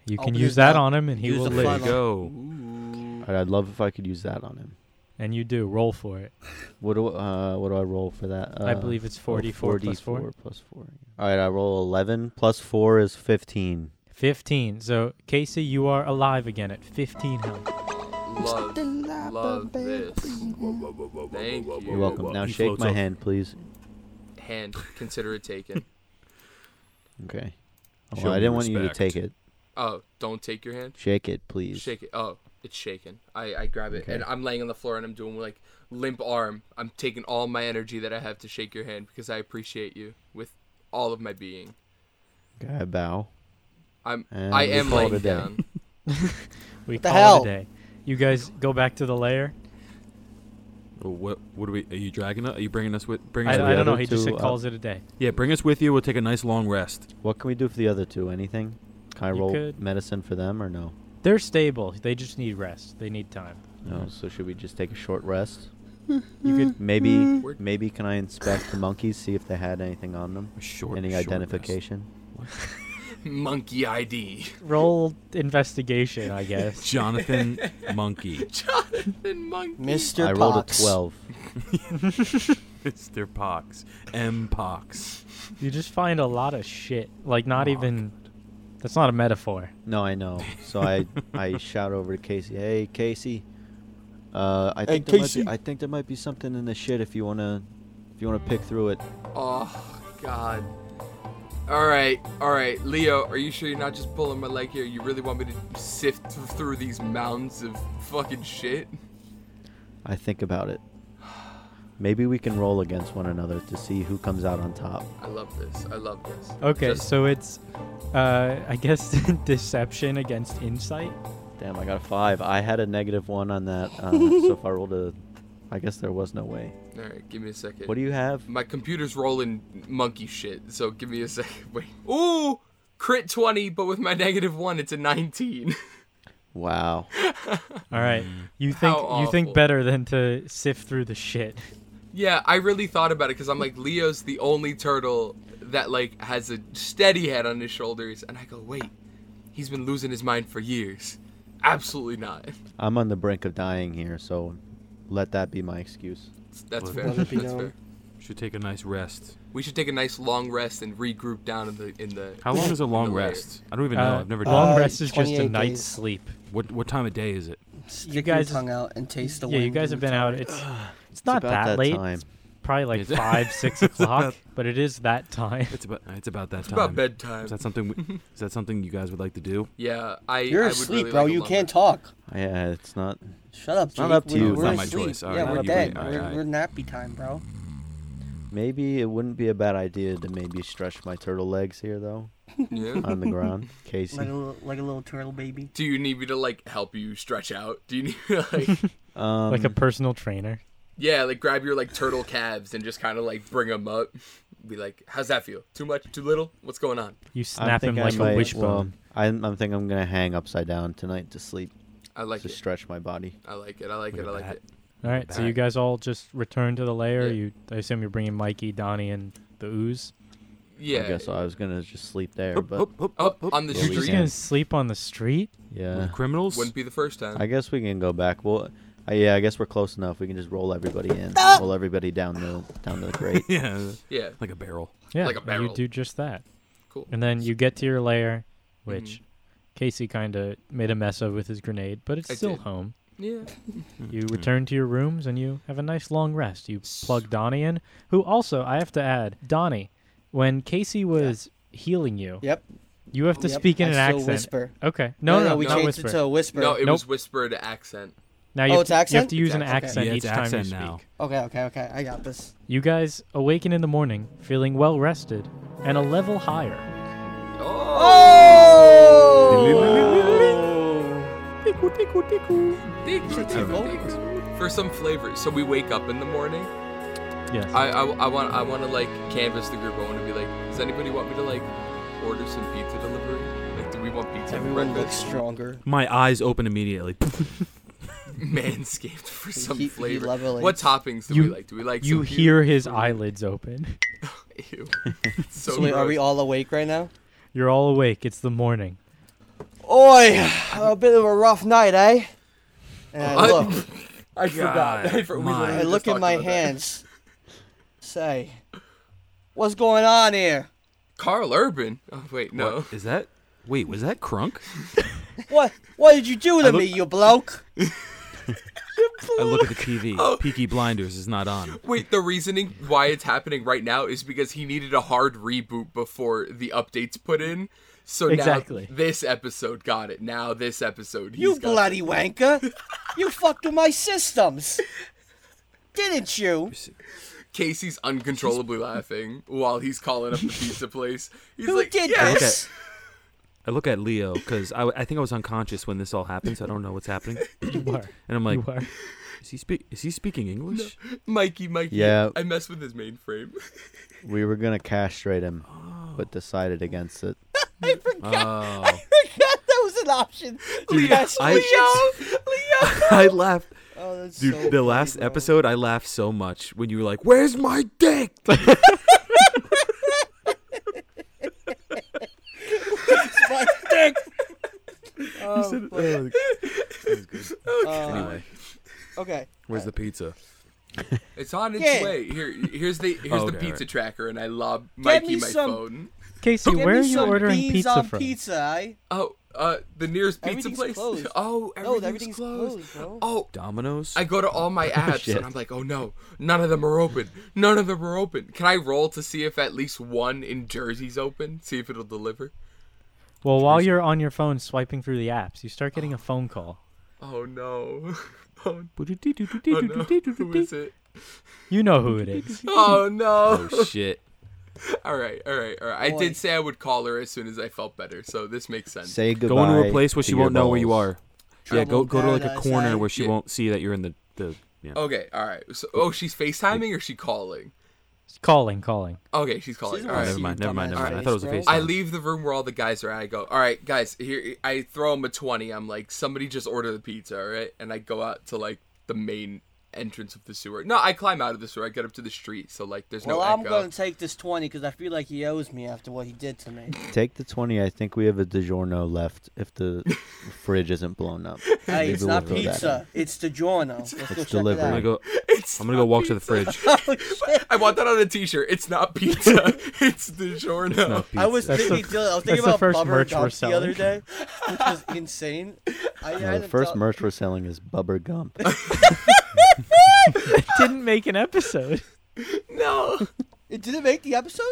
Speaker 4: You can
Speaker 1: Open
Speaker 4: use
Speaker 1: his
Speaker 4: that
Speaker 1: mouth.
Speaker 4: on him, and he
Speaker 1: Use
Speaker 4: will
Speaker 1: the
Speaker 4: live.
Speaker 1: funnel.
Speaker 2: go.
Speaker 5: All right, I'd love if I could use that on him.
Speaker 4: And you do roll for it.
Speaker 5: What do uh, what do I roll for that? Uh,
Speaker 4: I believe it's
Speaker 5: oh,
Speaker 4: 44 plus four.
Speaker 5: 44 plus four. All right, I roll eleven plus four is fifteen.
Speaker 4: 15. So, Casey, you are alive again at 15 health.
Speaker 3: love, love this. Thank you.
Speaker 5: You're welcome. Now
Speaker 2: He
Speaker 5: shake
Speaker 2: floats
Speaker 5: my
Speaker 2: up.
Speaker 5: hand, please.
Speaker 3: Hand, consider it taken.
Speaker 5: Okay.
Speaker 2: Show
Speaker 5: Well, I
Speaker 2: me
Speaker 5: didn't want you to
Speaker 2: respect.
Speaker 5: take it.
Speaker 3: Oh, don't take your hand.
Speaker 5: Shake it, please.
Speaker 3: Shake it. Oh, it's shaken. I, I grab it and
Speaker 5: Okay.
Speaker 3: I'm laying on the floor and I'm doing like limp arm. I'm taking all my energy that I have to shake your hand because I appreciate you with all of my being.
Speaker 5: Okay, I bow.
Speaker 3: I'm
Speaker 5: And
Speaker 3: I
Speaker 5: we
Speaker 3: am
Speaker 5: call it
Speaker 3: laying
Speaker 5: a day.
Speaker 3: down.
Speaker 4: We
Speaker 1: the
Speaker 4: call
Speaker 1: hell?
Speaker 4: it a day. You guys go back to the lair.
Speaker 2: Oh, What what are we? Are you dragging us? Are you bringing us with? Bringing
Speaker 4: I,
Speaker 2: us
Speaker 5: the
Speaker 4: I
Speaker 2: with
Speaker 4: don't know.
Speaker 5: other
Speaker 4: He just
Speaker 5: two,
Speaker 4: said
Speaker 5: uh,
Speaker 4: calls it a day.
Speaker 2: Yeah, bring us with you. We'll take a nice long rest.
Speaker 5: What can we do for the other two? Anything? Can I
Speaker 4: You
Speaker 5: roll
Speaker 4: could-
Speaker 5: medicine for them or no?
Speaker 4: They're stable. They just need rest. They need time.
Speaker 5: No.
Speaker 2: Mm-hmm.
Speaker 5: So should we just take a short rest?
Speaker 4: You could
Speaker 1: Mm.
Speaker 5: Maybe.
Speaker 3: We're-
Speaker 5: Maybe can I inspect the monkeys? See if they had anything on them?
Speaker 2: A short.
Speaker 5: Any
Speaker 2: short rest.
Speaker 5: identification?
Speaker 3: Monkey ID.
Speaker 2: Mm.
Speaker 4: roll investigation, I guess.
Speaker 2: Jonathan Monkey.
Speaker 3: Jonathan Monkey.
Speaker 1: Mr.
Speaker 5: I rolled
Speaker 1: Pox.
Speaker 5: a twelve.
Speaker 2: Mr. Pox. M Pox.
Speaker 4: You just find a lot of shit. Like, not
Speaker 2: Oh,
Speaker 4: even. That's not a metaphor.
Speaker 5: No, I know. So I I shout over to Casey. Hey, Casey. Uh, I think there
Speaker 1: Casey."
Speaker 5: might be, I think there might be something in the shit if you wanna if you wanna pick through it.
Speaker 3: Oh God. All right, all right, Leo. Are you sure you're not just pulling my leg here? You really want me to sift through these mounds of fucking shit?
Speaker 5: I think about it. Maybe we can roll against one another to see who comes out on top.
Speaker 3: I love this. I love this.
Speaker 4: Okay,
Speaker 3: Just-
Speaker 4: so it's. Uh, I guess deception against insight.
Speaker 5: Damn, I got a five. I had a negative one on that. Uh, so if I rolled a, I guess there was no way.
Speaker 3: all right, give me a second.
Speaker 5: What do you have?
Speaker 3: My computer's rolling monkey shit, so give me a second. Wait. Ooh, crit 20, but with my negative 1, it's a 19.
Speaker 5: Wow.
Speaker 4: All right,
Speaker 2: Mm.
Speaker 4: you think
Speaker 3: How
Speaker 4: you think
Speaker 3: awful.
Speaker 4: better than to sift through the shit.
Speaker 3: yeah, I really thought about it because I'm like, Leo's the only turtle that, like, has a steady head on his shoulders. And I go, wait, he's been losing his mind for years. Absolutely not.
Speaker 5: I'm on the brink of dying here, so let that be my excuse.
Speaker 3: That's
Speaker 2: Well,
Speaker 3: fair.
Speaker 1: let it
Speaker 3: That's
Speaker 1: be known.
Speaker 3: fair.
Speaker 2: Should take a nice rest.
Speaker 3: We should take a nice long rest and regroup down in the in the.
Speaker 2: How long is a long
Speaker 3: the lair.
Speaker 2: rest? I don't even know.
Speaker 4: Uh,
Speaker 2: I've never done.
Speaker 4: long
Speaker 1: Uh,
Speaker 4: rest is just a
Speaker 1: 28
Speaker 4: night's
Speaker 1: days.
Speaker 4: sleep.
Speaker 2: What what time of day is it?
Speaker 1: Stick
Speaker 4: guys-
Speaker 1: your tongue out and taste the
Speaker 4: yeah,
Speaker 1: wind.
Speaker 4: you guys have been out. It's it's not
Speaker 5: about
Speaker 4: that,
Speaker 5: that
Speaker 4: late.
Speaker 5: time.
Speaker 4: It's probably like
Speaker 2: It's-
Speaker 4: five, six o'clock, but it is that time.
Speaker 2: It's about it's about that
Speaker 3: It's
Speaker 2: time.
Speaker 3: about bedtime.
Speaker 2: Is that something? we- is that something you guys would like to do?
Speaker 3: yeah, I.
Speaker 1: You're
Speaker 3: I would
Speaker 1: asleep,
Speaker 3: really
Speaker 1: bro.
Speaker 3: like a
Speaker 1: you
Speaker 3: long
Speaker 1: can't
Speaker 3: rest.
Speaker 1: talk.
Speaker 5: Yeah, it's not.
Speaker 1: Shut up,
Speaker 5: not
Speaker 1: Jake.
Speaker 5: up to
Speaker 1: we're,
Speaker 5: you.
Speaker 1: We're
Speaker 5: It's not my
Speaker 1: asleep.
Speaker 2: choice. All
Speaker 1: yeah,
Speaker 2: right,
Speaker 1: we're
Speaker 2: you
Speaker 1: dead.
Speaker 2: win. All
Speaker 1: We're,
Speaker 2: right.
Speaker 1: we're nappy time, bro.
Speaker 5: Maybe it wouldn't be a bad idea to maybe stretch my turtle legs here, though,
Speaker 3: Yeah.
Speaker 5: on the ground,
Speaker 1: Like a
Speaker 5: Casey.
Speaker 1: little, like a little turtle baby.
Speaker 3: Do you need me to like help you stretch out? Do you need me to, like
Speaker 5: Um,
Speaker 4: like a personal trainer.
Speaker 3: yeah, like grab your like turtle calves and just kind of like bring them up? Be like, how's that feel? Too much? Too little? What's going on?
Speaker 4: You
Speaker 5: I
Speaker 4: snap him
Speaker 5: think I
Speaker 4: like a
Speaker 5: might- well,
Speaker 4: wishbone.
Speaker 5: I'm, I'm thinking I'm gonna hang upside down tonight to sleep
Speaker 3: I like
Speaker 5: to
Speaker 3: it.
Speaker 5: stretch my body.
Speaker 3: I like it. I like
Speaker 2: Look
Speaker 3: it. I
Speaker 2: at
Speaker 3: like
Speaker 2: that.
Speaker 3: it.
Speaker 4: all right, so you
Speaker 2: back.
Speaker 4: guys all just return to the lair.
Speaker 3: Yeah.
Speaker 4: You, I assume you're bringing Mikey, Donnie, and the ooze.
Speaker 3: Yeah.
Speaker 5: I guess I was gonna just sleep there,
Speaker 2: Hup,
Speaker 5: but
Speaker 2: hup, hup,
Speaker 3: Up
Speaker 2: hup.
Speaker 3: on the
Speaker 5: Yeah, we
Speaker 4: You're just
Speaker 3: street
Speaker 5: can.
Speaker 4: gonna sleep on the street.
Speaker 2: With
Speaker 5: yeah,
Speaker 2: criminals.
Speaker 3: wouldn't be the first time.
Speaker 5: I guess we can go back. Well, I, yeah, I guess we're close enough. We can just roll everybody in, roll everybody down the down the grate.
Speaker 2: yeah,
Speaker 3: yeah.
Speaker 2: like a barrel.
Speaker 4: Yeah,
Speaker 3: Like a
Speaker 4: and
Speaker 3: barrel.
Speaker 4: You do just that,
Speaker 3: Cool.
Speaker 4: and then you get to your lair, which Casey kind of made a mess of with his grenade, but it's
Speaker 3: I
Speaker 4: still
Speaker 3: did.
Speaker 4: home.
Speaker 3: Yeah.
Speaker 4: You return to your rooms and you have a nice long rest. You plug Donnie in, who also, I have to add, Donnie, when Casey was healing you,
Speaker 1: Yep.
Speaker 4: you have to
Speaker 1: Yep,
Speaker 4: speak
Speaker 1: I
Speaker 4: in an
Speaker 1: still
Speaker 4: accent.
Speaker 1: Whisper.
Speaker 4: Okay. No, no,
Speaker 1: we
Speaker 4: not
Speaker 1: changed
Speaker 4: whisper.
Speaker 1: it to a whisper.
Speaker 3: No, it
Speaker 4: Nope.
Speaker 3: was whispered accent.
Speaker 4: Now you,
Speaker 1: Oh, it's
Speaker 4: have, to, you have
Speaker 1: accent?
Speaker 4: to use
Speaker 3: It's
Speaker 4: an
Speaker 3: accent.
Speaker 4: accent
Speaker 2: Yeah,
Speaker 4: each
Speaker 2: it's
Speaker 4: time
Speaker 2: accent
Speaker 4: you speak.
Speaker 2: now.
Speaker 1: Okay, okay, okay. I got this.
Speaker 4: You guys awaken in the morning feeling well rested and a level higher.
Speaker 1: Oh!
Speaker 3: For some flavor, so we wake up in the morning.
Speaker 4: Yes.
Speaker 3: I, I, I want I want to like canvas the group. I want to be like, does anybody want me to like order some pizza delivery? Like, do we want pizza for
Speaker 1: Everyone looks
Speaker 3: breakfast?
Speaker 1: stronger.
Speaker 2: My eyes open immediately.
Speaker 3: Manscaped for some
Speaker 1: he
Speaker 3: flavor.
Speaker 1: level
Speaker 3: what
Speaker 1: eights.
Speaker 3: toppings do we
Speaker 4: You-
Speaker 3: like? Do we like?
Speaker 4: you
Speaker 3: some
Speaker 4: hear his eyelids open.
Speaker 3: Ew. so
Speaker 1: So, wait, are
Speaker 3: gross.
Speaker 1: we all awake right now?
Speaker 4: You're all awake. It's the morning.
Speaker 1: Oi! A bit of a rough night, eh? And I
Speaker 3: I-
Speaker 1: look.
Speaker 3: I forgot. I
Speaker 2: God,
Speaker 3: for- we
Speaker 2: my.
Speaker 3: literally
Speaker 1: I
Speaker 3: just
Speaker 1: look at
Speaker 3: talked
Speaker 1: my
Speaker 3: about that.
Speaker 1: hands. Say, what's going on here?
Speaker 3: Carl Urban. Oh, wait, no.
Speaker 2: What? Is that? Wait, was that Crunk?
Speaker 1: What? What did you do to
Speaker 2: look-
Speaker 1: me, you bloke?
Speaker 2: I look at the TV. Peaky Blinders is not on.
Speaker 3: Wait, the reasoning why it's happening right now is because he needed a hard reboot before the updates put in. So
Speaker 4: Exactly.
Speaker 3: now this episode got it. Now this episode, he's
Speaker 1: You
Speaker 3: got it.
Speaker 1: bloody wanker! you fucked with my systems, didn't you?
Speaker 3: Casey's uncontrollably laughing while he's calling up the pizza place. He's
Speaker 1: Who
Speaker 3: like,
Speaker 1: did
Speaker 3: "Yes!"
Speaker 1: this?
Speaker 2: I look at Leo because I, I think I was unconscious when this all happens. I don't know what's happening,
Speaker 4: You are.
Speaker 2: and I'm like,
Speaker 4: you are.
Speaker 2: is he speak? Is he speaking English?
Speaker 3: Mikey, Mikey.
Speaker 5: Yeah.
Speaker 3: I messed with his mainframe.
Speaker 5: We were gonna castrate him, but decided against it.
Speaker 1: I forgot.
Speaker 2: Oh,
Speaker 1: forgot that was an option. Yes,
Speaker 2: I-
Speaker 1: Leo.
Speaker 2: I laughed,
Speaker 1: Oh, that's
Speaker 2: dude.
Speaker 1: so
Speaker 2: the
Speaker 1: funny,
Speaker 2: last
Speaker 1: bro.
Speaker 2: episode, I laughed so much when you were like, "Where's my dick?"
Speaker 1: My dick. Oh, but- uh,
Speaker 2: anyway,
Speaker 1: okay.
Speaker 2: where's the pizza?
Speaker 3: It's on its
Speaker 1: Yeah.
Speaker 3: way. Here, here's the here's
Speaker 2: Oh,
Speaker 3: the
Speaker 2: okay,
Speaker 3: pizza
Speaker 2: alright.
Speaker 3: tracker, and I lob Mikey
Speaker 1: me
Speaker 3: my
Speaker 1: some-
Speaker 3: phone.
Speaker 4: Casey,
Speaker 1: Give
Speaker 4: where
Speaker 1: me
Speaker 4: are you
Speaker 1: some
Speaker 4: ordering
Speaker 1: beans
Speaker 4: pizza
Speaker 1: on
Speaker 4: from?
Speaker 1: Pizza, eh? I.
Speaker 3: Oh, uh, the nearest pizza
Speaker 1: Everything's
Speaker 3: place.
Speaker 1: closed.
Speaker 3: Oh, everything's,
Speaker 1: No, everything's
Speaker 3: closed.
Speaker 1: closed, bro.
Speaker 3: Oh,
Speaker 2: Domino's.
Speaker 3: I go to all my apps
Speaker 5: shit.
Speaker 3: and I'm like, oh no, none of them are open. None of them are open. Can I roll to see if at least one in Jersey's open? See if it'll deliver.
Speaker 4: Well, while you're on your phone swiping through the apps, you start getting a phone call.
Speaker 3: Oh no. Oh, oh no. Who is
Speaker 2: oh
Speaker 3: it?
Speaker 4: You know who it is.
Speaker 3: Oh no.
Speaker 2: shit!
Speaker 3: All right, all right, all right. I
Speaker 1: Boy.
Speaker 3: did say I would call her as soon as I felt better, so this makes sense.
Speaker 5: Say goodbye.
Speaker 2: Go into a place where
Speaker 5: to
Speaker 2: she
Speaker 5: your
Speaker 2: won't know where you
Speaker 5: balls.
Speaker 2: are. Yeah, go go to like a
Speaker 1: Paradise, eh?
Speaker 2: corner where she
Speaker 3: Yeah.
Speaker 2: won't see that you're in the the. Yeah.
Speaker 3: Okay, all right. So, oh, she's FaceTiming or is she calling?
Speaker 4: calling, calling.
Speaker 3: Okay, she's calling.
Speaker 1: She's
Speaker 3: all
Speaker 1: one
Speaker 3: right.
Speaker 1: of
Speaker 2: Never
Speaker 1: See,
Speaker 2: mind, never mind,
Speaker 1: dumbass
Speaker 2: never mind. I
Speaker 1: face,
Speaker 2: thought it was a
Speaker 1: bro.
Speaker 2: face.
Speaker 3: I leave the room where all the guys are at. I go, all right, guys, here. I throw them a twenty. I'm like, somebody just order the pizza, all right? And I go out to like the main entrance of the sewer. No, I climb out of the sewer. I get up to the street, so like, there's
Speaker 1: Well,
Speaker 3: no
Speaker 1: I'm
Speaker 3: echo.
Speaker 1: gonna take this twenty because I feel like he owes me after what he did to me.
Speaker 5: Take the twenty. I think we have a DiGiorno left if the fridge isn't blown up.
Speaker 1: Hey,
Speaker 5: Maybe
Speaker 1: it's
Speaker 5: we'll
Speaker 1: not
Speaker 5: throw that
Speaker 1: pizza. It's DiGiorno. Let's go check
Speaker 5: delivery.
Speaker 2: I'm gonna
Speaker 1: it out.
Speaker 2: go.
Speaker 3: It's
Speaker 2: I'm gonna go
Speaker 3: not
Speaker 2: walk to the
Speaker 3: pizza.
Speaker 2: fridge.
Speaker 1: Oh, shit.
Speaker 3: I want that on a T-shirt. It's not pizza. it's DiGiorno.
Speaker 2: No,
Speaker 1: I was
Speaker 2: pizza.
Speaker 4: That's the-
Speaker 1: thinking, Dylan, I was
Speaker 4: that's
Speaker 1: thinking
Speaker 4: the
Speaker 1: about
Speaker 4: first
Speaker 1: Bubber
Speaker 4: merch we're
Speaker 1: Gump the other day,
Speaker 4: selling.
Speaker 1: which was insane. I
Speaker 5: No,
Speaker 1: had
Speaker 5: the
Speaker 1: him
Speaker 5: first
Speaker 1: tell-
Speaker 5: merch we're selling is Bubber Gump.
Speaker 4: It didn't make an episode.
Speaker 3: No.
Speaker 1: It didn't make the episode.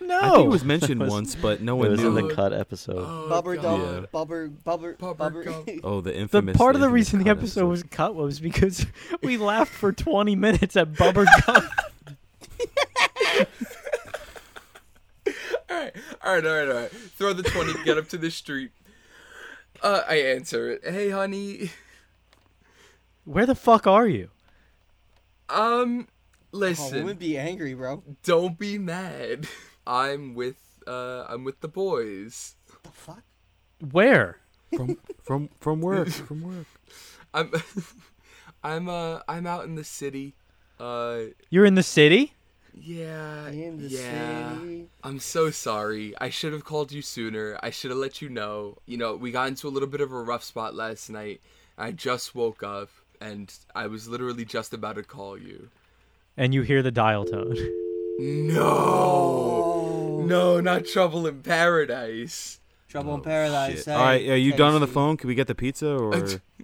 Speaker 4: No.
Speaker 2: I think it was mentioned once, but no
Speaker 5: it
Speaker 2: one
Speaker 5: was in
Speaker 2: knew.
Speaker 5: the cut episode.
Speaker 3: Oh,
Speaker 1: Bubber
Speaker 3: God.
Speaker 1: Gump,
Speaker 2: Yeah.
Speaker 1: Bubber, Bubber,
Speaker 3: Bubber
Speaker 1: Bubber.
Speaker 3: Gump.
Speaker 2: Oh, the
Speaker 4: the
Speaker 2: infamous.
Speaker 4: part of the
Speaker 2: infamous
Speaker 4: reason the
Speaker 2: cut
Speaker 4: episode was cut was because we laughed for 20 minutes at Bubber Gump.
Speaker 3: All right, all right, all right, all right. Throw the twenty. get up to the street. Uh, I answer it. Hey, honey.
Speaker 4: Where the fuck are you?
Speaker 3: Um,
Speaker 1: Oh,
Speaker 3: listen.
Speaker 1: women be angry, bro.
Speaker 3: don't be mad. I'm with uh I'm with the boys.
Speaker 1: The fuck?
Speaker 4: Where?
Speaker 2: from from from work from work.
Speaker 3: I'm I'm uh I'm out in the city. Uh
Speaker 4: You're in the city?
Speaker 3: yeah.
Speaker 1: In the
Speaker 3: yeah.
Speaker 1: city.
Speaker 3: I'm so sorry. I should have called you sooner. I should have let you know. You know, we got into a little bit of a rough spot last night. I just woke up and I was literally just about to call you.
Speaker 4: And you hear the dial tone.
Speaker 3: Oh. No. No, not trouble in
Speaker 1: Oh.
Speaker 3: paradise.
Speaker 1: Trouble in paradise.
Speaker 2: Shit.
Speaker 1: Hey,
Speaker 2: All right, are you done on the
Speaker 1: Casey.
Speaker 2: phone? Can we get the pizza or?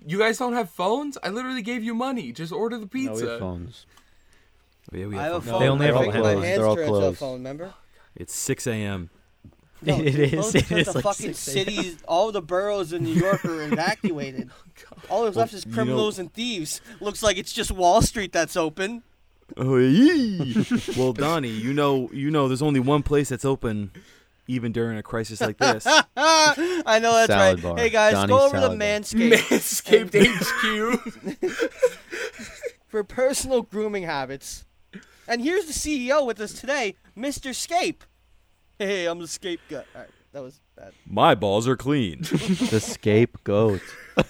Speaker 3: You guys don't have phones? I literally gave you money. Just order the
Speaker 5: No, we
Speaker 3: pizza.
Speaker 5: have phones.
Speaker 2: Oh, Yeah, we
Speaker 1: I have a
Speaker 2: have
Speaker 1: phone.
Speaker 2: phone.
Speaker 4: They only
Speaker 1: I
Speaker 4: have a
Speaker 1: think
Speaker 4: hand-
Speaker 1: my
Speaker 4: They're
Speaker 1: hands
Speaker 5: all
Speaker 1: turned into a
Speaker 5: closed.
Speaker 1: phone. Remember?
Speaker 2: It's 6 a.m.
Speaker 1: No,
Speaker 4: It is.
Speaker 1: those-
Speaker 4: It
Speaker 1: those
Speaker 4: is
Speaker 1: the
Speaker 4: like
Speaker 1: fucking
Speaker 4: 6 a.m.
Speaker 1: cities, all the boroughs in New York are evacuated. All that's left is
Speaker 2: Oh, you know-
Speaker 1: criminals and thieves. Looks like it's just Wall Street that's open.
Speaker 2: Oh, yee. well, Donnie, you know, you know, there's only one place that's open, even during a crisis like this.
Speaker 1: I know that's right.
Speaker 5: Salad bar.
Speaker 1: Hey guys,
Speaker 5: Donnie's
Speaker 1: go over to
Speaker 5: salad bar.
Speaker 1: Manscaped
Speaker 3: Manscaped HQ.
Speaker 1: for personal grooming habits. And here's the CEO with us today, Mr. Scape. Hey, I'm the Scape guy. All right, that was bad.
Speaker 2: My balls are clean.
Speaker 5: the scapegoat,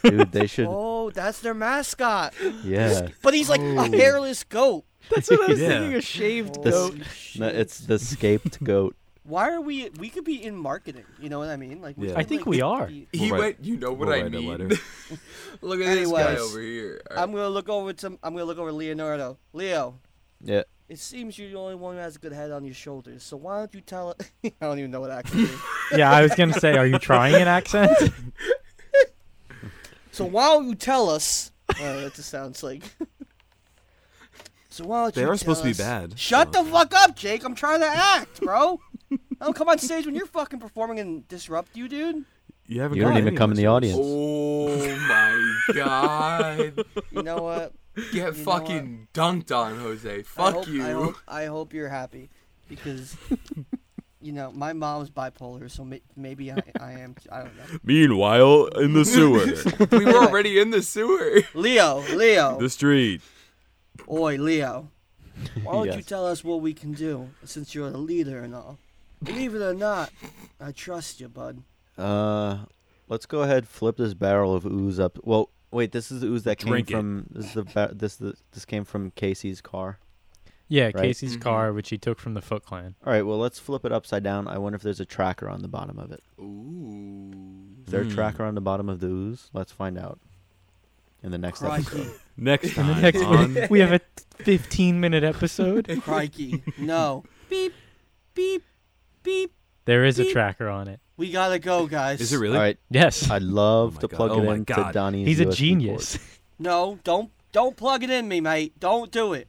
Speaker 5: dude. They should.
Speaker 1: Oh, that's their mascot.
Speaker 5: Yeah,
Speaker 1: But he's like
Speaker 5: Oh.
Speaker 1: a hairless goat.
Speaker 4: That's what I was
Speaker 2: Yeah.
Speaker 4: thinking. A shaved
Speaker 1: Holy
Speaker 5: This-
Speaker 4: goat.
Speaker 5: No,
Speaker 1: shit.
Speaker 5: it's the scapegoat.
Speaker 1: Why are we? We could be in marketing. You know what I mean? Like, we
Speaker 2: Yeah.
Speaker 1: could,
Speaker 2: I
Speaker 4: think
Speaker 1: like,
Speaker 4: we are.
Speaker 1: be-
Speaker 2: We'll
Speaker 3: He
Speaker 2: write-
Speaker 3: went. You know what
Speaker 2: we'll
Speaker 3: I
Speaker 2: write a
Speaker 3: need.
Speaker 2: letter.
Speaker 3: Look at this guy
Speaker 1: Anyways,
Speaker 3: over here. All right.
Speaker 1: I'm gonna look over to. I'm gonna look over to Leonardo. Leo,
Speaker 5: Yeah,
Speaker 1: it seems you're the only one who has a good head on your shoulders. So why don't you tell? I don't even know what accent. Is.
Speaker 4: Yeah, I was gonna say, are you trying an accent?
Speaker 1: So why don't you tell us? Uh, that just sounds like. So why don't
Speaker 2: They
Speaker 1: you
Speaker 2: are supposed to
Speaker 1: tell
Speaker 2: be
Speaker 1: us-
Speaker 2: bad,
Speaker 1: Shut the fuck up, Jake. I'm trying to act, bro. I don't come on stage when you're fucking performing and disrupt you, dude.
Speaker 2: You haven't.
Speaker 5: You don't
Speaker 2: got
Speaker 5: even
Speaker 2: any of
Speaker 5: come in
Speaker 2: us
Speaker 5: the
Speaker 2: yet.
Speaker 5: audience.
Speaker 3: Oh my god.
Speaker 1: You know what?
Speaker 3: Get
Speaker 1: You know what?
Speaker 3: fucking dunked on, Jose.
Speaker 1: I
Speaker 3: Fuck
Speaker 1: hope,
Speaker 3: you.
Speaker 1: I hope, I hope you're happy because, you know, my mom's bipolar, so may- maybe I, I am. I don't know.
Speaker 2: Meanwhile, in the sewer,
Speaker 3: we were already in the sewer.
Speaker 1: Leo, Leo.
Speaker 2: the street.
Speaker 1: Oi, Leo. Why don't you
Speaker 5: Yes.
Speaker 1: tell us what we can do since you're the leader and all? Believe it or not, I trust you, bud.
Speaker 5: Uh, let's go ahead. Flip this barrel of ooze up. Well, wait. This is the ooze that came
Speaker 2: Drink it.
Speaker 5: from. This is the ba- this the, this came from Casey's car.
Speaker 4: yeah,
Speaker 5: Right.
Speaker 4: Casey's
Speaker 3: Mhm.
Speaker 4: car, which he took from the Foot Clan.
Speaker 5: All right. Well, let's flip it upside down. I wonder if there's a tracker on the bottom of it.
Speaker 3: Ooh.
Speaker 5: Is there a
Speaker 2: Hmm.
Speaker 5: tracker on the bottom of the ooze? Let's find out. In the next
Speaker 1: Crikey,
Speaker 5: episode.
Speaker 2: Next
Speaker 4: In the
Speaker 2: time
Speaker 4: next
Speaker 2: on
Speaker 4: we have a 15 minute episode.
Speaker 1: crikey. No. beep, beep, beep.
Speaker 4: There is a
Speaker 1: Beep.
Speaker 4: tracker on it.
Speaker 1: We gotta go, guys.
Speaker 2: Is it really?
Speaker 5: All right.
Speaker 4: Yes.
Speaker 5: I'd love
Speaker 2: my
Speaker 5: to
Speaker 2: God.
Speaker 5: plug
Speaker 2: Oh
Speaker 5: it
Speaker 2: my
Speaker 5: into
Speaker 2: God.
Speaker 5: Donnie's.
Speaker 4: He's a
Speaker 5: USB port.
Speaker 4: genius.
Speaker 1: No, don't don't plug it in me, mate. Don't do it.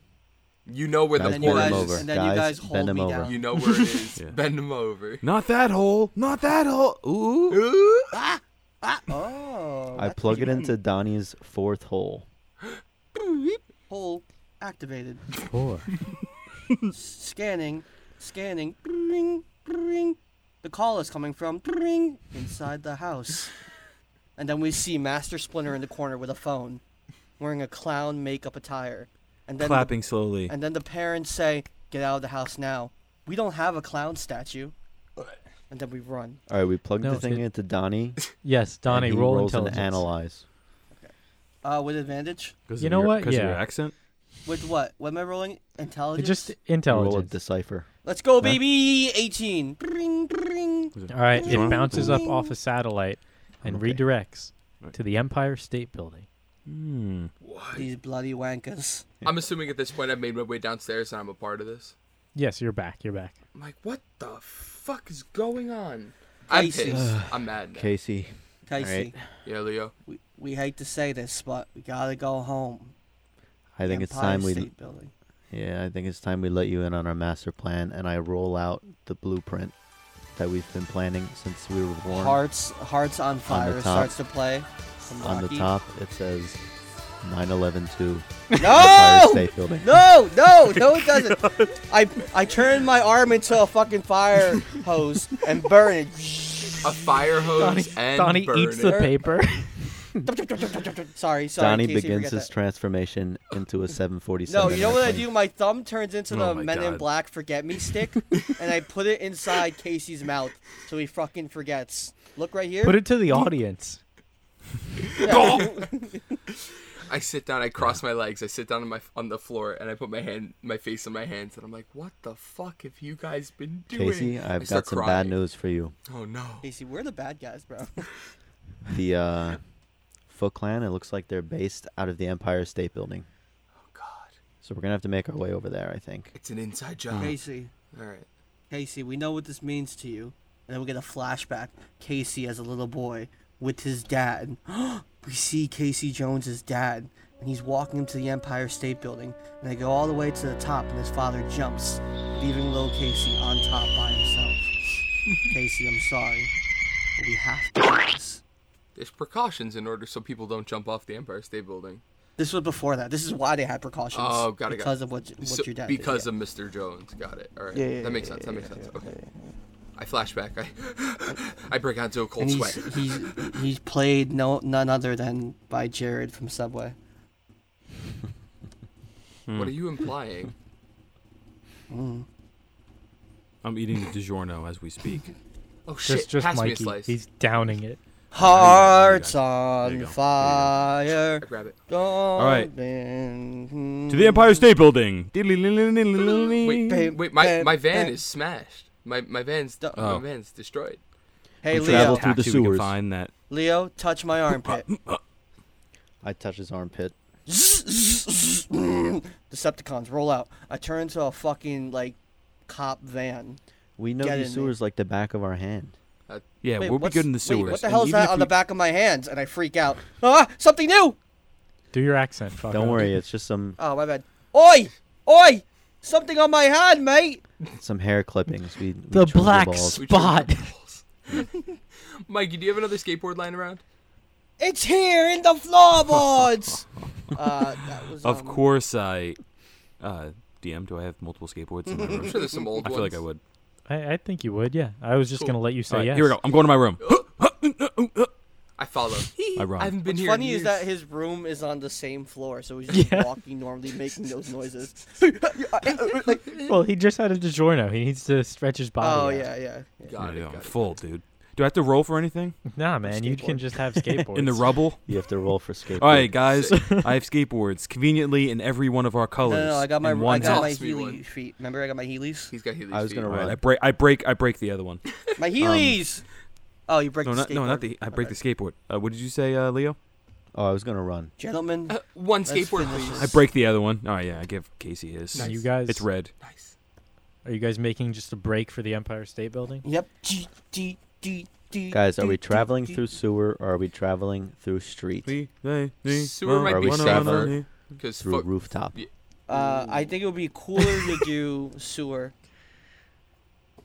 Speaker 3: You know where
Speaker 5: Guys,
Speaker 3: the
Speaker 1: And then you
Speaker 5: bend
Speaker 1: guys,
Speaker 3: port
Speaker 5: him
Speaker 3: is.
Speaker 5: over.
Speaker 1: and then
Speaker 5: Guys,
Speaker 1: you guys hold
Speaker 5: bend him
Speaker 1: me
Speaker 5: over.
Speaker 1: down.
Speaker 3: You know where it is.
Speaker 2: Yeah.
Speaker 3: Bend him over.
Speaker 2: Not that hole. Not that hole. Ooh.
Speaker 3: Ooh.
Speaker 1: Oh.
Speaker 5: I
Speaker 1: that's
Speaker 5: plug
Speaker 1: what
Speaker 5: it
Speaker 1: you
Speaker 5: into Donnie's fourth hole.
Speaker 1: meant. Hole activated.
Speaker 4: Four.
Speaker 1: scanning, scanning. Bring, bring. The call is coming from bring inside the house, and then we see Master Splinter in the corner with a phone, wearing a clown makeup attire, and then
Speaker 2: Clapping slowly.
Speaker 1: and then the parents say, "Get out of the house now. We don't have a clown statue." And then we run.
Speaker 5: All right, we plugged
Speaker 4: No,
Speaker 5: the thing
Speaker 4: it-
Speaker 5: into Donnie.
Speaker 4: Yes, Donnie,
Speaker 5: and he
Speaker 4: roll
Speaker 5: rolls and
Speaker 4: intelligence.
Speaker 5: analyze.
Speaker 1: Uh, with advantage.
Speaker 2: 'Cause
Speaker 4: You
Speaker 2: of
Speaker 4: know
Speaker 2: your-
Speaker 4: what?
Speaker 2: 'cause of
Speaker 4: Yeah.
Speaker 2: your accent.
Speaker 1: With what? What am I rolling?
Speaker 4: It
Speaker 1: Intelligence.
Speaker 4: just
Speaker 5: Roll a
Speaker 4: intelligence.
Speaker 5: decipher.
Speaker 1: Let's go, baby. Eighteen. Bring, bring.
Speaker 4: All right,
Speaker 2: Sure.
Speaker 4: it bounces up off a satellite and
Speaker 5: Okay.
Speaker 4: redirects
Speaker 2: Right.
Speaker 4: to the Empire State Building.
Speaker 2: Hmm.
Speaker 1: These bloody wankers.
Speaker 3: I'm assuming at this point I've made my way downstairs and I'm a part of this.
Speaker 4: Yes, you're back. You're back.
Speaker 3: I'm like, what the fuck is going on? I'm
Speaker 1: Casey.
Speaker 3: pissed. I'm mad. Now.
Speaker 5: Casey,
Speaker 1: Casey.
Speaker 5: Alright.
Speaker 3: Yeah, Leo.
Speaker 1: We, we hate to say this, but we gotta go home.
Speaker 5: I think it's
Speaker 1: Empire
Speaker 5: time we.
Speaker 1: State Building.
Speaker 5: Yeah, I think it's time we let you in on our master plan, and I roll out the blueprint that we've been planning since we were born.
Speaker 1: Hearts, Hearts on Fire
Speaker 5: top.
Speaker 1: starts to play. from
Speaker 5: On the
Speaker 1: Rocky.
Speaker 5: top, it says 911-2 Empire
Speaker 1: No!
Speaker 5: State Building.
Speaker 1: No! No! No! It doesn't. I I turn my arm into a fucking fire hose and burn
Speaker 3: A fire hose
Speaker 4: Donnie,
Speaker 3: and
Speaker 4: Donnie
Speaker 3: burn
Speaker 4: eats
Speaker 3: it.
Speaker 4: the
Speaker 1: it.
Speaker 4: paper.
Speaker 1: it. sorry, sorry.
Speaker 5: Donnie
Speaker 1: Casey,
Speaker 5: begins
Speaker 1: forget
Speaker 5: his
Speaker 1: that.
Speaker 5: transformation into a 747.
Speaker 1: No, you know what I
Speaker 5: airplane.
Speaker 1: do? My thumb turns into the
Speaker 2: Oh my
Speaker 1: Men in
Speaker 2: God.
Speaker 1: Black Forget Me Stick, and I put it inside Casey's mouth so he fucking forgets. Look right here.
Speaker 4: Put it to the audience.
Speaker 2: Oh!
Speaker 3: I sit down. I cross my legs. I sit down on my on the floor and I put my hand, my face in my hands, and I'm like, "What the fuck have you guys been doing?"
Speaker 5: Casey,
Speaker 3: I
Speaker 5: I've
Speaker 3: start
Speaker 5: got some
Speaker 3: crying.
Speaker 5: bad news for you.
Speaker 3: Oh no!
Speaker 1: Casey, we're the bad guys, bro.
Speaker 5: The uh, Foot Clan, it looks like they're based out of the Empire State Building.
Speaker 3: Oh god,
Speaker 5: So we're going to have to make our way over there, I think.
Speaker 3: it's an inside job.
Speaker 1: Casey,
Speaker 3: All right.
Speaker 1: Casey, we know what this means to you. And then we get a flashback. Casey as a little boy with his dad. we see Casey Jones's dad. And he's walking him to the Empire State Building. And they go all the way to the top, and his father jumps, leaving little Casey on top by himself. Casey, I'm sorry. But we have to do this.
Speaker 3: There's precautions in order so people don't jump off the Empire State Building.
Speaker 1: This was before that. This is why they had precautions.
Speaker 3: Oh, got it, got it.
Speaker 1: Because of what, what
Speaker 3: So-
Speaker 1: your dad did,
Speaker 3: because
Speaker 1: yeah.
Speaker 3: of Mr. Jones. Got it. All right.
Speaker 5: Yeah, yeah,
Speaker 3: that makes
Speaker 5: yeah,
Speaker 3: sense.
Speaker 5: yeah,
Speaker 3: that makes
Speaker 5: yeah,
Speaker 3: sense.
Speaker 5: yeah,
Speaker 3: okay. I flashback. I I break out into a cold
Speaker 1: and
Speaker 3: sweat.
Speaker 1: he's, he's he's played no none other than by Jared from Subway.
Speaker 3: What are you implying?
Speaker 2: I'm eating the DiGiorno as we speak.
Speaker 3: Oh shit!
Speaker 4: Just, just
Speaker 3: Pass me a
Speaker 4: Mikey.
Speaker 3: slice.
Speaker 4: He's downing it.
Speaker 1: Hearts
Speaker 2: There you go. There
Speaker 1: on
Speaker 2: you go.
Speaker 1: fire.
Speaker 3: I grab it.
Speaker 1: All
Speaker 2: right.
Speaker 1: To
Speaker 2: to the Empire State Building.
Speaker 3: Wait,
Speaker 2: Wait,
Speaker 1: Babe,
Speaker 3: wait. My,
Speaker 1: babe,
Speaker 3: my van
Speaker 1: babe.
Speaker 3: is smashed. My my van's
Speaker 1: Duh.
Speaker 2: Oh.
Speaker 3: my van's destroyed.
Speaker 1: Hey
Speaker 5: We
Speaker 1: Leo,
Speaker 5: travel- through the
Speaker 2: Taxi we can
Speaker 5: sewers.
Speaker 2: find that.
Speaker 1: Leo, touch my armpit.
Speaker 2: uh, mm.
Speaker 5: I touch his armpit.
Speaker 1: Decepticons roll out. I turn into a fucking like cop van.
Speaker 5: We know
Speaker 1: Get
Speaker 5: these
Speaker 1: in
Speaker 5: sewers like the back of our hand.
Speaker 2: Yeah,
Speaker 1: Wait,
Speaker 2: we'll be
Speaker 1: what's-
Speaker 2: good in the
Speaker 1: wait,
Speaker 2: sewers.
Speaker 1: what the
Speaker 2: And
Speaker 1: hell's
Speaker 2: even
Speaker 1: that
Speaker 2: if
Speaker 1: on the
Speaker 2: we-
Speaker 1: back of my hands? And I freak out. Ah, something new.
Speaker 4: Do your accent. Fuck
Speaker 5: Don't
Speaker 4: up.
Speaker 5: worry, it's just some
Speaker 1: Oh my bad. Oi, oi, something on my hand, mate.
Speaker 5: some hair clippings. We, we
Speaker 4: The
Speaker 5: trimmed your
Speaker 4: black
Speaker 5: balls.
Speaker 3: We trimmed
Speaker 4: Spot.
Speaker 3: the balls. Mikey, do you have another skateboard lying around?
Speaker 1: It's here in the floorboards. uh, that was
Speaker 2: Of
Speaker 1: um,
Speaker 2: course, I. Uh, DM, do I have multiple skateboards in my room?
Speaker 3: I'm sure there's some old
Speaker 2: I
Speaker 3: ones.
Speaker 2: feel like I would.
Speaker 4: I, I think you would. Yeah. I was just
Speaker 3: Cool.
Speaker 4: gonna let you say
Speaker 2: All right,
Speaker 4: yes.
Speaker 2: Here we go. I'm going to my room.
Speaker 3: I follow.
Speaker 2: I run.
Speaker 3: I haven't been
Speaker 1: What's
Speaker 3: here. in
Speaker 1: funny is that
Speaker 3: years.
Speaker 1: his room is on the same floor, so he's just
Speaker 4: Yeah.
Speaker 1: walking normally, making those noises.
Speaker 2: uh,
Speaker 4: Well, he just had a DiGiorno. He needs to stretch his body.
Speaker 1: oh
Speaker 4: out.
Speaker 1: yeah, yeah. yeah.
Speaker 2: There
Speaker 3: Got
Speaker 2: you
Speaker 3: it,
Speaker 2: go.
Speaker 3: got it.
Speaker 2: full, dude. Do I have to roll for anything
Speaker 4: Nah, man. You can
Speaker 1: skateboard.
Speaker 4: just have skateboards.
Speaker 2: in the rubble?
Speaker 5: You have to roll for skateboard.
Speaker 2: All right, guys, I have skateboards conveniently in every one of our colors.
Speaker 1: No, no, no, I got my
Speaker 2: and
Speaker 1: I
Speaker 2: one
Speaker 1: got
Speaker 2: hat.
Speaker 1: my
Speaker 3: Toss me
Speaker 1: Heelys
Speaker 3: one.
Speaker 1: feet. Remember, I got my Heelys.
Speaker 3: He's got Healy's
Speaker 5: I was gonna
Speaker 2: All right,
Speaker 5: run.
Speaker 2: I break, I break, I break the other one.
Speaker 1: My Heelys. oh, you break
Speaker 2: Um, No,
Speaker 1: the
Speaker 2: not, no, not the. I break the skateboard. Uh, what did you say, uh, Leo?
Speaker 5: Oh, I was gonna run.
Speaker 1: Gentlemen,
Speaker 3: Uh, one
Speaker 1: Let's
Speaker 3: skateboard,
Speaker 1: finish
Speaker 3: please.
Speaker 2: I break the other one. All right, yeah, I give Casey his.
Speaker 4: So
Speaker 3: Nice.
Speaker 4: you guys.
Speaker 2: It's red.
Speaker 3: Nice.
Speaker 4: Are you guys making just a break for the Empire State Building?
Speaker 1: yep. G G G G.
Speaker 5: Guys, are we
Speaker 1: G, G,
Speaker 5: traveling
Speaker 1: G.
Speaker 5: through sewer or are we traveling through street?
Speaker 3: Sewer might
Speaker 5: be safer.
Speaker 3: Because
Speaker 5: Through
Speaker 3: fuck.
Speaker 5: rooftop.
Speaker 3: Yeah.
Speaker 1: Uh, I think it would be cooler to do sewer.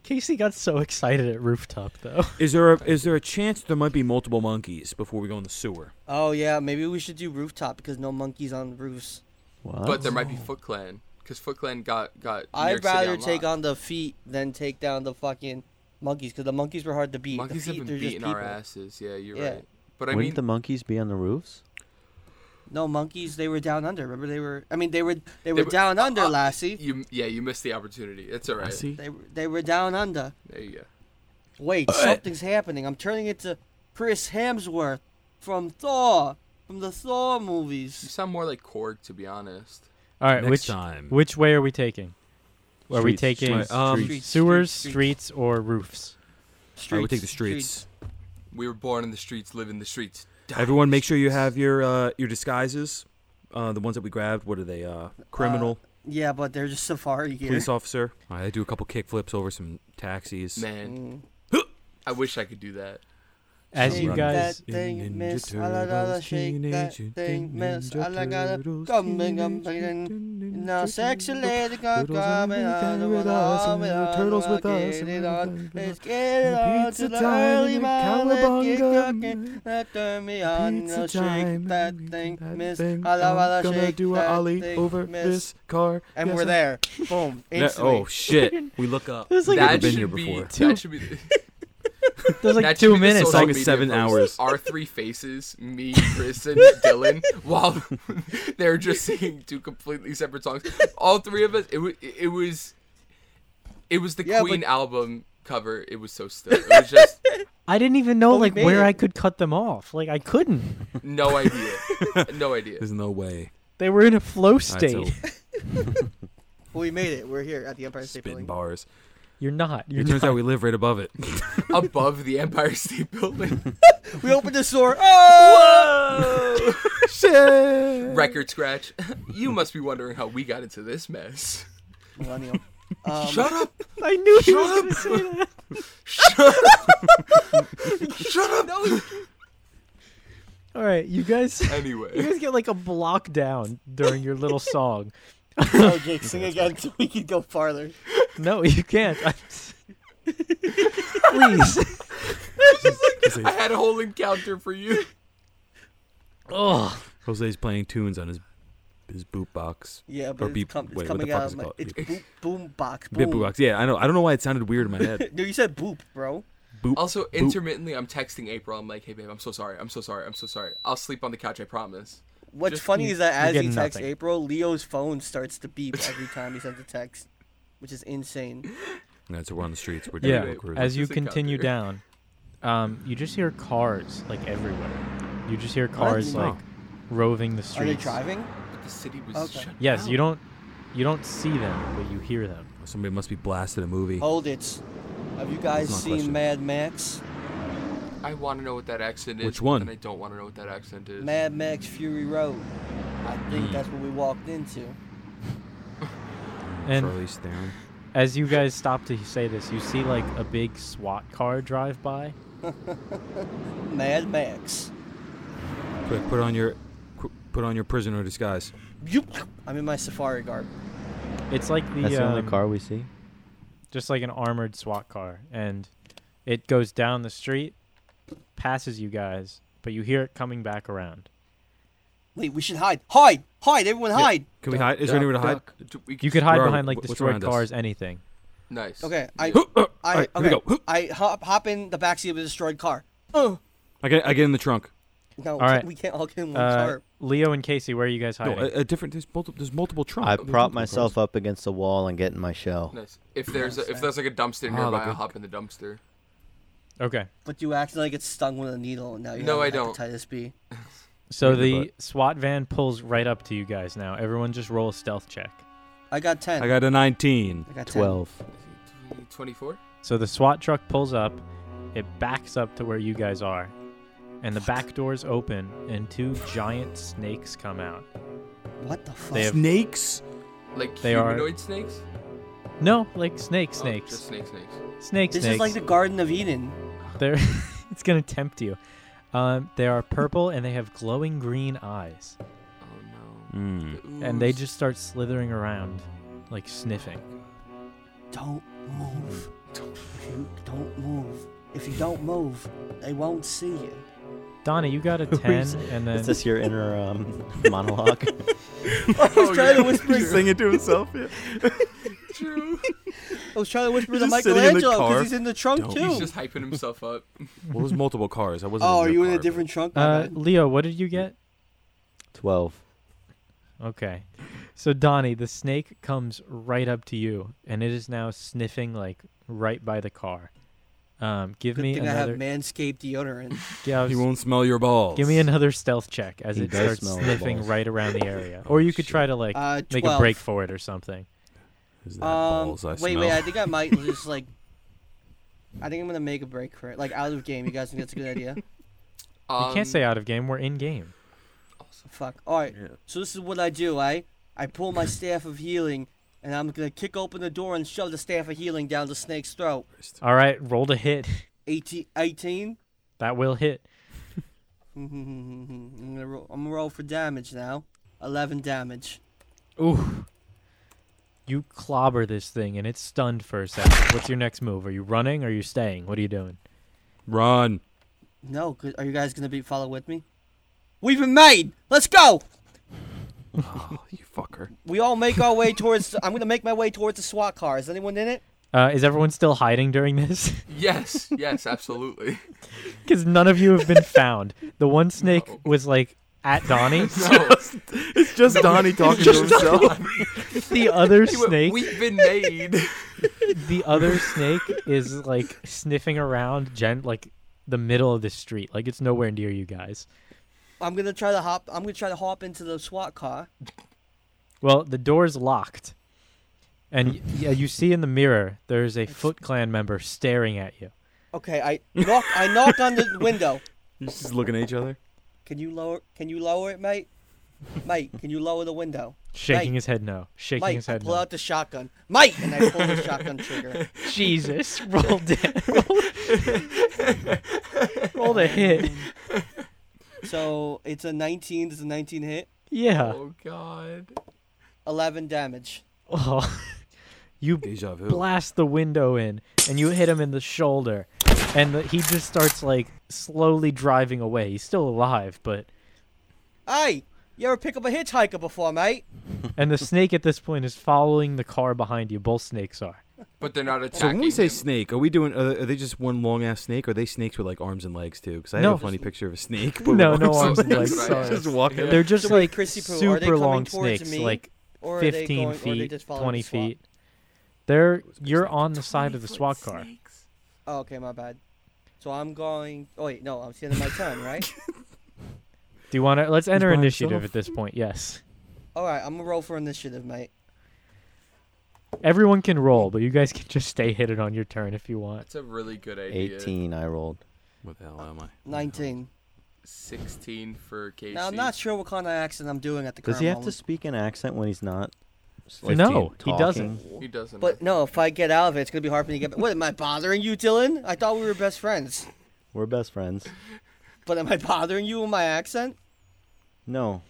Speaker 4: Casey got so excited at rooftop though.
Speaker 2: Is there a is there a chance there might be multiple monkeys before we go in the sewer?
Speaker 1: Oh yeah, maybe we should do rooftop because no monkeys on roofs.
Speaker 5: What?
Speaker 3: But there might be Foot Clan. Because Foot Clan got got. New York
Speaker 1: I'd
Speaker 3: City
Speaker 1: rather
Speaker 3: on
Speaker 1: take
Speaker 3: lock.
Speaker 1: on the feet than take down the fucking monkeys because the monkeys were hard to beat.
Speaker 3: Monkeys
Speaker 1: the
Speaker 3: have
Speaker 1: feet,
Speaker 3: been
Speaker 1: they're just
Speaker 3: beating our
Speaker 1: people.
Speaker 3: asses. Yeah, you're
Speaker 1: Yeah.
Speaker 3: right. But I
Speaker 5: Wouldn't
Speaker 3: mean,
Speaker 5: the monkeys be on the roofs?
Speaker 1: No monkeys, they were down under. Remember, they were. I mean, they were they were
Speaker 3: were-
Speaker 1: down under,
Speaker 3: uh,
Speaker 1: Lassie.
Speaker 3: you yeah, you missed the opportunity. It's all right.
Speaker 2: see.
Speaker 1: They were- they were down under.
Speaker 3: There you go.
Speaker 1: Wait, something's happening. I'm turning into Chris Hemsworth from Thor, from the Thor
Speaker 3: You
Speaker 1: movies.
Speaker 3: sound more like Korg, to be honest.
Speaker 4: All right,
Speaker 2: Next
Speaker 4: which
Speaker 2: time.
Speaker 4: which way are we taking? Are we
Speaker 5: Streets,
Speaker 4: taking
Speaker 5: streets,
Speaker 2: um,
Speaker 5: streets.
Speaker 4: sewers,
Speaker 1: streets,
Speaker 4: streets, or roofs?
Speaker 2: I
Speaker 1: Streets,
Speaker 2: would take the streets.
Speaker 3: We were born in the streets, live in the streets. die in
Speaker 2: Everyone,
Speaker 3: the
Speaker 2: make sure you
Speaker 3: streets.
Speaker 2: have your uh, your disguises. Uh, the ones that we grabbed. What are they? Uh, criminal,
Speaker 1: Yeah, but they're just safari gear.
Speaker 2: police officer. All right, I do a couple kick flips over some taxis.
Speaker 3: Man,
Speaker 1: Mm.
Speaker 3: I wish I could do that.
Speaker 4: As you
Speaker 2: Run.
Speaker 4: guys,
Speaker 1: that thing,
Speaker 2: Ninja
Speaker 1: miss. I la la la,
Speaker 2: Turtles,
Speaker 1: shake that
Speaker 2: Teenage
Speaker 1: thing, miss. I la la la,
Speaker 2: Turtles,
Speaker 1: come and come
Speaker 2: Teenage
Speaker 1: again.
Speaker 2: Mutant
Speaker 1: Now sexy
Speaker 2: Ninja
Speaker 1: lady got
Speaker 2: Turtles are
Speaker 1: coming on
Speaker 2: in
Speaker 1: the
Speaker 2: with us, and the turtles with us,
Speaker 1: Get
Speaker 2: and
Speaker 1: it
Speaker 2: we're
Speaker 1: on,
Speaker 2: gonna
Speaker 1: let's get it
Speaker 2: And
Speaker 1: on
Speaker 2: pizza
Speaker 1: to the
Speaker 2: time
Speaker 1: early
Speaker 2: and
Speaker 1: mile. Let's get
Speaker 2: cowabunga.
Speaker 1: cooking. That turn me on,
Speaker 2: Pizza
Speaker 1: now shake
Speaker 2: time.
Speaker 1: that
Speaker 2: and
Speaker 1: thing,
Speaker 2: that
Speaker 1: miss. I
Speaker 2: thing.
Speaker 1: la la la,
Speaker 2: I'm gonna
Speaker 1: shake
Speaker 2: do a
Speaker 1: that
Speaker 2: ollie
Speaker 1: thing,
Speaker 2: over
Speaker 1: miss.
Speaker 2: this car.
Speaker 1: And
Speaker 2: Yes,
Speaker 1: we're
Speaker 2: I-
Speaker 1: there. Boom.
Speaker 2: Yeah,
Speaker 1: Instantly.
Speaker 2: oh shit! We look up.
Speaker 4: There's like
Speaker 2: Never
Speaker 4: a-
Speaker 2: been here
Speaker 3: should be-
Speaker 2: before.
Speaker 4: Two-
Speaker 3: That should be.
Speaker 4: there's like
Speaker 3: that should
Speaker 4: two
Speaker 3: be the
Speaker 4: minutes.
Speaker 3: social
Speaker 2: like
Speaker 3: media
Speaker 2: seven
Speaker 3: post.
Speaker 2: hours.
Speaker 3: Our three faces, me, Chris, and Dylan, while they're just singing two completely separate songs. All three of us. It was. It was. It was the
Speaker 1: Yeah,
Speaker 3: Queen
Speaker 1: but-
Speaker 3: album cover. It was so still. It was just
Speaker 4: I didn't even know
Speaker 1: Well, we
Speaker 4: like
Speaker 1: made
Speaker 4: where
Speaker 1: it.
Speaker 4: I could cut them off. Like I couldn't.
Speaker 3: no idea. No idea.
Speaker 2: There's no way.
Speaker 4: They were in a flow
Speaker 2: All right,
Speaker 4: state.
Speaker 2: so
Speaker 1: Well, we made it. We're here at the Empire State
Speaker 2: spitting
Speaker 1: Building.
Speaker 2: bars.
Speaker 4: You're not. You're
Speaker 2: It turns
Speaker 4: not.
Speaker 2: out we live right above it.
Speaker 3: Above the Empire State Building.
Speaker 1: We opened the door. Oh!
Speaker 2: Shit.
Speaker 3: Record scratch. You must be wondering how we got into this mess.
Speaker 1: Millennial. Um,
Speaker 3: Shut up!
Speaker 4: I knew you
Speaker 3: Shut
Speaker 4: were gonna say that.
Speaker 3: Shut up!
Speaker 4: All right, you guys. You
Speaker 3: Anyway,
Speaker 4: guys get like a block down during your little song.
Speaker 1: Oh, Jake, sing again so we can go farther.
Speaker 4: No, you can't. I'm s- please.
Speaker 3: I had a whole encounter for you.
Speaker 4: oh,
Speaker 2: Jose's playing tunes on his his boot box.
Speaker 1: Yeah, but
Speaker 2: Or
Speaker 1: it's,
Speaker 2: beep-
Speaker 1: com- it's
Speaker 2: wait, what the
Speaker 1: coming
Speaker 2: fuck
Speaker 1: out of
Speaker 2: is it
Speaker 1: my.
Speaker 2: called?
Speaker 1: It's
Speaker 2: Beep.
Speaker 1: boop, boom box. Boom.
Speaker 2: Bit boot box. Yeah, I know. I don't know why it sounded weird in my head.
Speaker 1: No, you said boop, bro.
Speaker 2: Boop.
Speaker 3: Also,
Speaker 2: boop.
Speaker 3: intermittently, I'm texting April. I'm like, "Hey, babe, I'm so sorry. I'm so sorry. I'm so sorry. I'll sleep on the couch. I promise."
Speaker 1: What's
Speaker 3: Just-
Speaker 1: funny
Speaker 4: you-
Speaker 1: is that
Speaker 4: you're
Speaker 1: as he
Speaker 4: getting
Speaker 1: texts
Speaker 4: nothing.
Speaker 1: April, Leo's phone starts to beep every time he sends a text, which is insane.
Speaker 2: Yeah, so we're on the streets. We're doing
Speaker 4: yeah.
Speaker 2: little cruises.
Speaker 4: As you
Speaker 3: Just a
Speaker 4: continue down, um, you just hear cars like everywhere. You just hear cars
Speaker 1: Oh.
Speaker 4: like roving the
Speaker 1: Are they
Speaker 4: streets.
Speaker 1: driving?
Speaker 3: But the city was
Speaker 1: Okay.
Speaker 3: shut
Speaker 4: Yes,
Speaker 3: down.
Speaker 4: you don't you don't see them, but you hear them.
Speaker 2: somebody must be blasted a movie.
Speaker 1: Hold it. Have you guys
Speaker 2: not a
Speaker 1: seen
Speaker 2: question.
Speaker 1: Mad Max?
Speaker 3: I want to know what that accent is.
Speaker 2: Which one?
Speaker 3: And I don't want to know what that accent is.
Speaker 1: Mad Max Fury Road. I think
Speaker 2: Mm.
Speaker 1: that's what we walked into.
Speaker 4: And-
Speaker 2: Charlize Theron.
Speaker 4: As you guys stop to say this, you see like a big SWAT car drive by.
Speaker 1: Mad Max.
Speaker 2: Quick, put on your qu- put on your prisoner disguise.
Speaker 1: Yoop. I'm in my safari garb.
Speaker 4: It's like the,
Speaker 5: That's the only
Speaker 4: um,
Speaker 5: car we see.
Speaker 4: just like an armored SWAT car, and it goes down the street, passes you guys, but you hear it coming back around.
Speaker 1: Wait, we should hide. Hide! Hide! Everyone
Speaker 2: Yeah.
Speaker 1: hide!
Speaker 2: Can we hide? Is there anywhere to hide?
Speaker 3: Do we-
Speaker 4: You could hide
Speaker 2: Where are
Speaker 4: behind
Speaker 2: we?
Speaker 4: like
Speaker 2: Wh- what's
Speaker 4: destroyed
Speaker 2: around us?
Speaker 4: cars, anything.
Speaker 3: Nice.
Speaker 1: Okay, I,
Speaker 2: All
Speaker 1: I,
Speaker 2: right, here we
Speaker 1: okay.
Speaker 2: go. Hoop.
Speaker 1: I hop, hop in the backseat of a destroyed car. Oh.
Speaker 2: I get I get in the trunk.
Speaker 1: No, we,
Speaker 4: right.
Speaker 1: can't, we can't all get in one
Speaker 4: Uh,
Speaker 1: car.
Speaker 4: Leo and Casey, where are you guys
Speaker 2: No,
Speaker 4: hiding?
Speaker 2: a, a different. There's multiple. There's multiple trunks.
Speaker 5: I
Speaker 2: There's
Speaker 5: prop
Speaker 2: multiple
Speaker 5: myself up against the wall and get in my shell.
Speaker 3: Nice. If there's a, if
Speaker 1: Nice.
Speaker 3: there's like a dumpster
Speaker 2: Ah,
Speaker 3: nearby,
Speaker 2: like
Speaker 3: I'll
Speaker 2: a-
Speaker 3: hop in the dumpster.
Speaker 4: okay,
Speaker 1: But you accidentally get stung with a needle, and now you have
Speaker 3: No, I don't.
Speaker 1: hepatitis B.
Speaker 4: so
Speaker 2: in the
Speaker 4: the SWAT van pulls right up to you guys now. Everyone, just roll a stealth check.
Speaker 1: I got ten.
Speaker 2: cars. I got a 19.
Speaker 1: I got 10.
Speaker 5: Twelve.
Speaker 3: Twenty-four.
Speaker 4: So the SWAT truck pulls up, it backs up to where you guys are, and the back doors open, and two giant snakes come out.
Speaker 1: What the fuck?
Speaker 4: They have-
Speaker 2: Snakes.
Speaker 3: Like
Speaker 4: They are-
Speaker 3: humanoid snakes.
Speaker 4: No, like snake
Speaker 3: Oh,
Speaker 4: snakes.
Speaker 3: just snake snakes.
Speaker 4: snake
Speaker 1: this
Speaker 4: snakes.
Speaker 1: is like the Garden of Eden.
Speaker 4: They're it's gonna tempt you. Um, they are purple and they have glowing green eyes,
Speaker 3: Oh no.
Speaker 2: Hmm.
Speaker 3: The
Speaker 4: and they
Speaker 3: ooze.
Speaker 4: just start slithering around, like sniffing.
Speaker 1: Don't move. If you don't move, if you don't move, they won't see you.
Speaker 4: Donna, you got a ten, and then
Speaker 5: Is this your inner um, monologue?
Speaker 1: I was
Speaker 3: Oh,
Speaker 1: trying to
Speaker 3: yeah.
Speaker 1: whisper.
Speaker 5: singing to himself. Yeah.
Speaker 3: True.
Speaker 1: I was trying to whisper to
Speaker 5: just sitting in the
Speaker 1: Michelangelo
Speaker 5: car.
Speaker 1: because he's in the trunk
Speaker 2: Don't.
Speaker 1: too.
Speaker 3: He's just hyping himself up.
Speaker 2: Well, there's multiple cars. I wasn't.
Speaker 1: oh,
Speaker 2: in
Speaker 1: are
Speaker 2: your
Speaker 1: you in a
Speaker 2: car,
Speaker 1: different trunk? My
Speaker 4: uh,
Speaker 1: bad.
Speaker 4: Leo, what did you get?
Speaker 5: Twelve.
Speaker 4: Okay, so Donnie, the snake comes right up to you, and it is now sniffing like right by the car. Um, give
Speaker 1: Good
Speaker 4: me
Speaker 1: thing I have
Speaker 4: another.
Speaker 1: manscaped deodorant.
Speaker 4: yeah,
Speaker 2: but
Speaker 4: I was-
Speaker 2: He won't smell your balls.
Speaker 4: give me another stealth check as
Speaker 5: He
Speaker 4: it
Speaker 5: does
Speaker 4: starts
Speaker 5: smell the
Speaker 4: sniffing
Speaker 5: balls.
Speaker 4: right around the area,
Speaker 2: Oh,
Speaker 4: or you could
Speaker 2: shit.
Speaker 4: try to like
Speaker 1: Uh, 12.
Speaker 4: make a break for it or something.
Speaker 2: Is that
Speaker 1: Um,
Speaker 2: balls I
Speaker 1: wait,
Speaker 2: smell?
Speaker 1: wait. I think I might just like. I think I'm gonna make a break for it, like out of game. You guys think that's a good idea?
Speaker 3: Um,
Speaker 4: you can't say out of game. We're in game.
Speaker 1: Fuck. All right.
Speaker 2: Yeah.
Speaker 1: So this is what I do. I I pull my staff of healing, and I'm gonna kick open the door and shove the staff of healing down the snake's throat.
Speaker 4: All right, roll to hit.
Speaker 1: 18. 18?
Speaker 4: That will hit.
Speaker 1: I'm gonna roll. I'm gonna roll for damage now. Eleven damage.
Speaker 4: Ooh. You clobber this thing and it's stunned for a second. What's your next move? Are you running? Are you staying? What are you doing?
Speaker 2: Run.
Speaker 1: No, good. Are you guys gonna be follow with me? We've been made. Let's go.
Speaker 2: Oh, you fucker.
Speaker 1: We all make our way towards. I'm gonna make my way towards the SWAT car. Is anyone in it?
Speaker 4: Uh, is everyone still hiding during this?
Speaker 3: Yes. Yes. Absolutely.
Speaker 4: Because none of you have been found. The one snake
Speaker 3: No.
Speaker 4: was like at Donnie.
Speaker 3: No.
Speaker 5: It's just Donnie talking
Speaker 3: Just
Speaker 5: himself.
Speaker 4: the other
Speaker 3: He went,
Speaker 4: snake,
Speaker 3: We've been made.
Speaker 4: the other snake is like sniffing around, gen like the middle of the street. Like it's nowhere near you guys.
Speaker 1: I'm gonna try to hop. I'm gonna try to hop into the SWAT car.
Speaker 4: Well, the door's locked. And y- yeah, you see in the mirror there's a Foot Clan member staring at you.
Speaker 1: Okay. I knock. I knock on the window.
Speaker 2: You're just looking at each other.
Speaker 1: Can you lower? Can you lower it, mate? Mate, can you lower the window?
Speaker 4: Shaking
Speaker 1: Mike.
Speaker 4: his head no. Shaking
Speaker 1: Mike,
Speaker 4: his
Speaker 1: I
Speaker 4: head
Speaker 1: pull
Speaker 4: no.
Speaker 1: out the shotgun. Mike, and I pull the shotgun trigger.
Speaker 4: Jesus. Roll down. Roll, roll a hit.
Speaker 1: So it's a 19. Does a 19 hit?
Speaker 4: Yeah.
Speaker 3: Oh God.
Speaker 1: 11 damage.
Speaker 4: Oh. You
Speaker 2: Deja vu.
Speaker 4: blast the window in and you hit him in the shoulder and the, he just starts like slowly driving away he's still alive but
Speaker 1: Hey, you ever pick up a hitchhiker before, mate?
Speaker 4: and the snake at this point is following the car behind you both snakes are
Speaker 3: But they're not attacking.
Speaker 2: So when we say
Speaker 3: him.
Speaker 2: snake, are we doing? Are are they just one long ass snake? Or are they snakes with like arms and legs too? Because I
Speaker 4: No.
Speaker 2: have a funny picture of a snake. but
Speaker 4: no
Speaker 2: with
Speaker 4: no
Speaker 3: arms
Speaker 4: arms
Speaker 3: and
Speaker 4: and
Speaker 3: legs,
Speaker 4: legs
Speaker 3: right.
Speaker 4: sorry.
Speaker 2: Just walking.
Speaker 3: Yeah.
Speaker 4: they're just
Speaker 1: So wait,
Speaker 4: like
Speaker 1: Chrissy Poo, are they
Speaker 4: super
Speaker 1: coming
Speaker 4: long
Speaker 1: towards
Speaker 4: snakes
Speaker 1: me,
Speaker 4: like
Speaker 1: Or are they
Speaker 4: 15
Speaker 1: going, or are they
Speaker 4: feet
Speaker 1: just following
Speaker 4: 20
Speaker 1: the SWAT?
Speaker 4: feet they're you're on the side of the SWAT car
Speaker 1: Oh, okay, my bad. So I'm going. Oh wait, no, I'm standing my turn, right?
Speaker 4: do you want to let's enter
Speaker 2: by
Speaker 4: initiative
Speaker 2: himself.
Speaker 4: at this point yes
Speaker 1: All right, I'm gonna roll for initiative, mate.
Speaker 4: everyone can roll but you guys can just stay hidden on your turn if you want
Speaker 3: That's a really good idea.
Speaker 5: 18 I rolled.
Speaker 2: What the hell am I?
Speaker 1: Nineteen.
Speaker 3: 16 for Casey.
Speaker 1: Now I'm not sure what kind of accent I'm doing at the current
Speaker 5: Does he have to
Speaker 1: moment.
Speaker 5: speak an accent when he's not?
Speaker 4: no he
Speaker 5: talking?
Speaker 4: doesn't
Speaker 3: He doesn't.
Speaker 1: But no, if I get out of it, it's gonna be hard for me to get. What am I bothering you, Dylan? I thought we were best friends.
Speaker 5: We're best friends.
Speaker 1: But am I bothering you with my accent?
Speaker 5: No.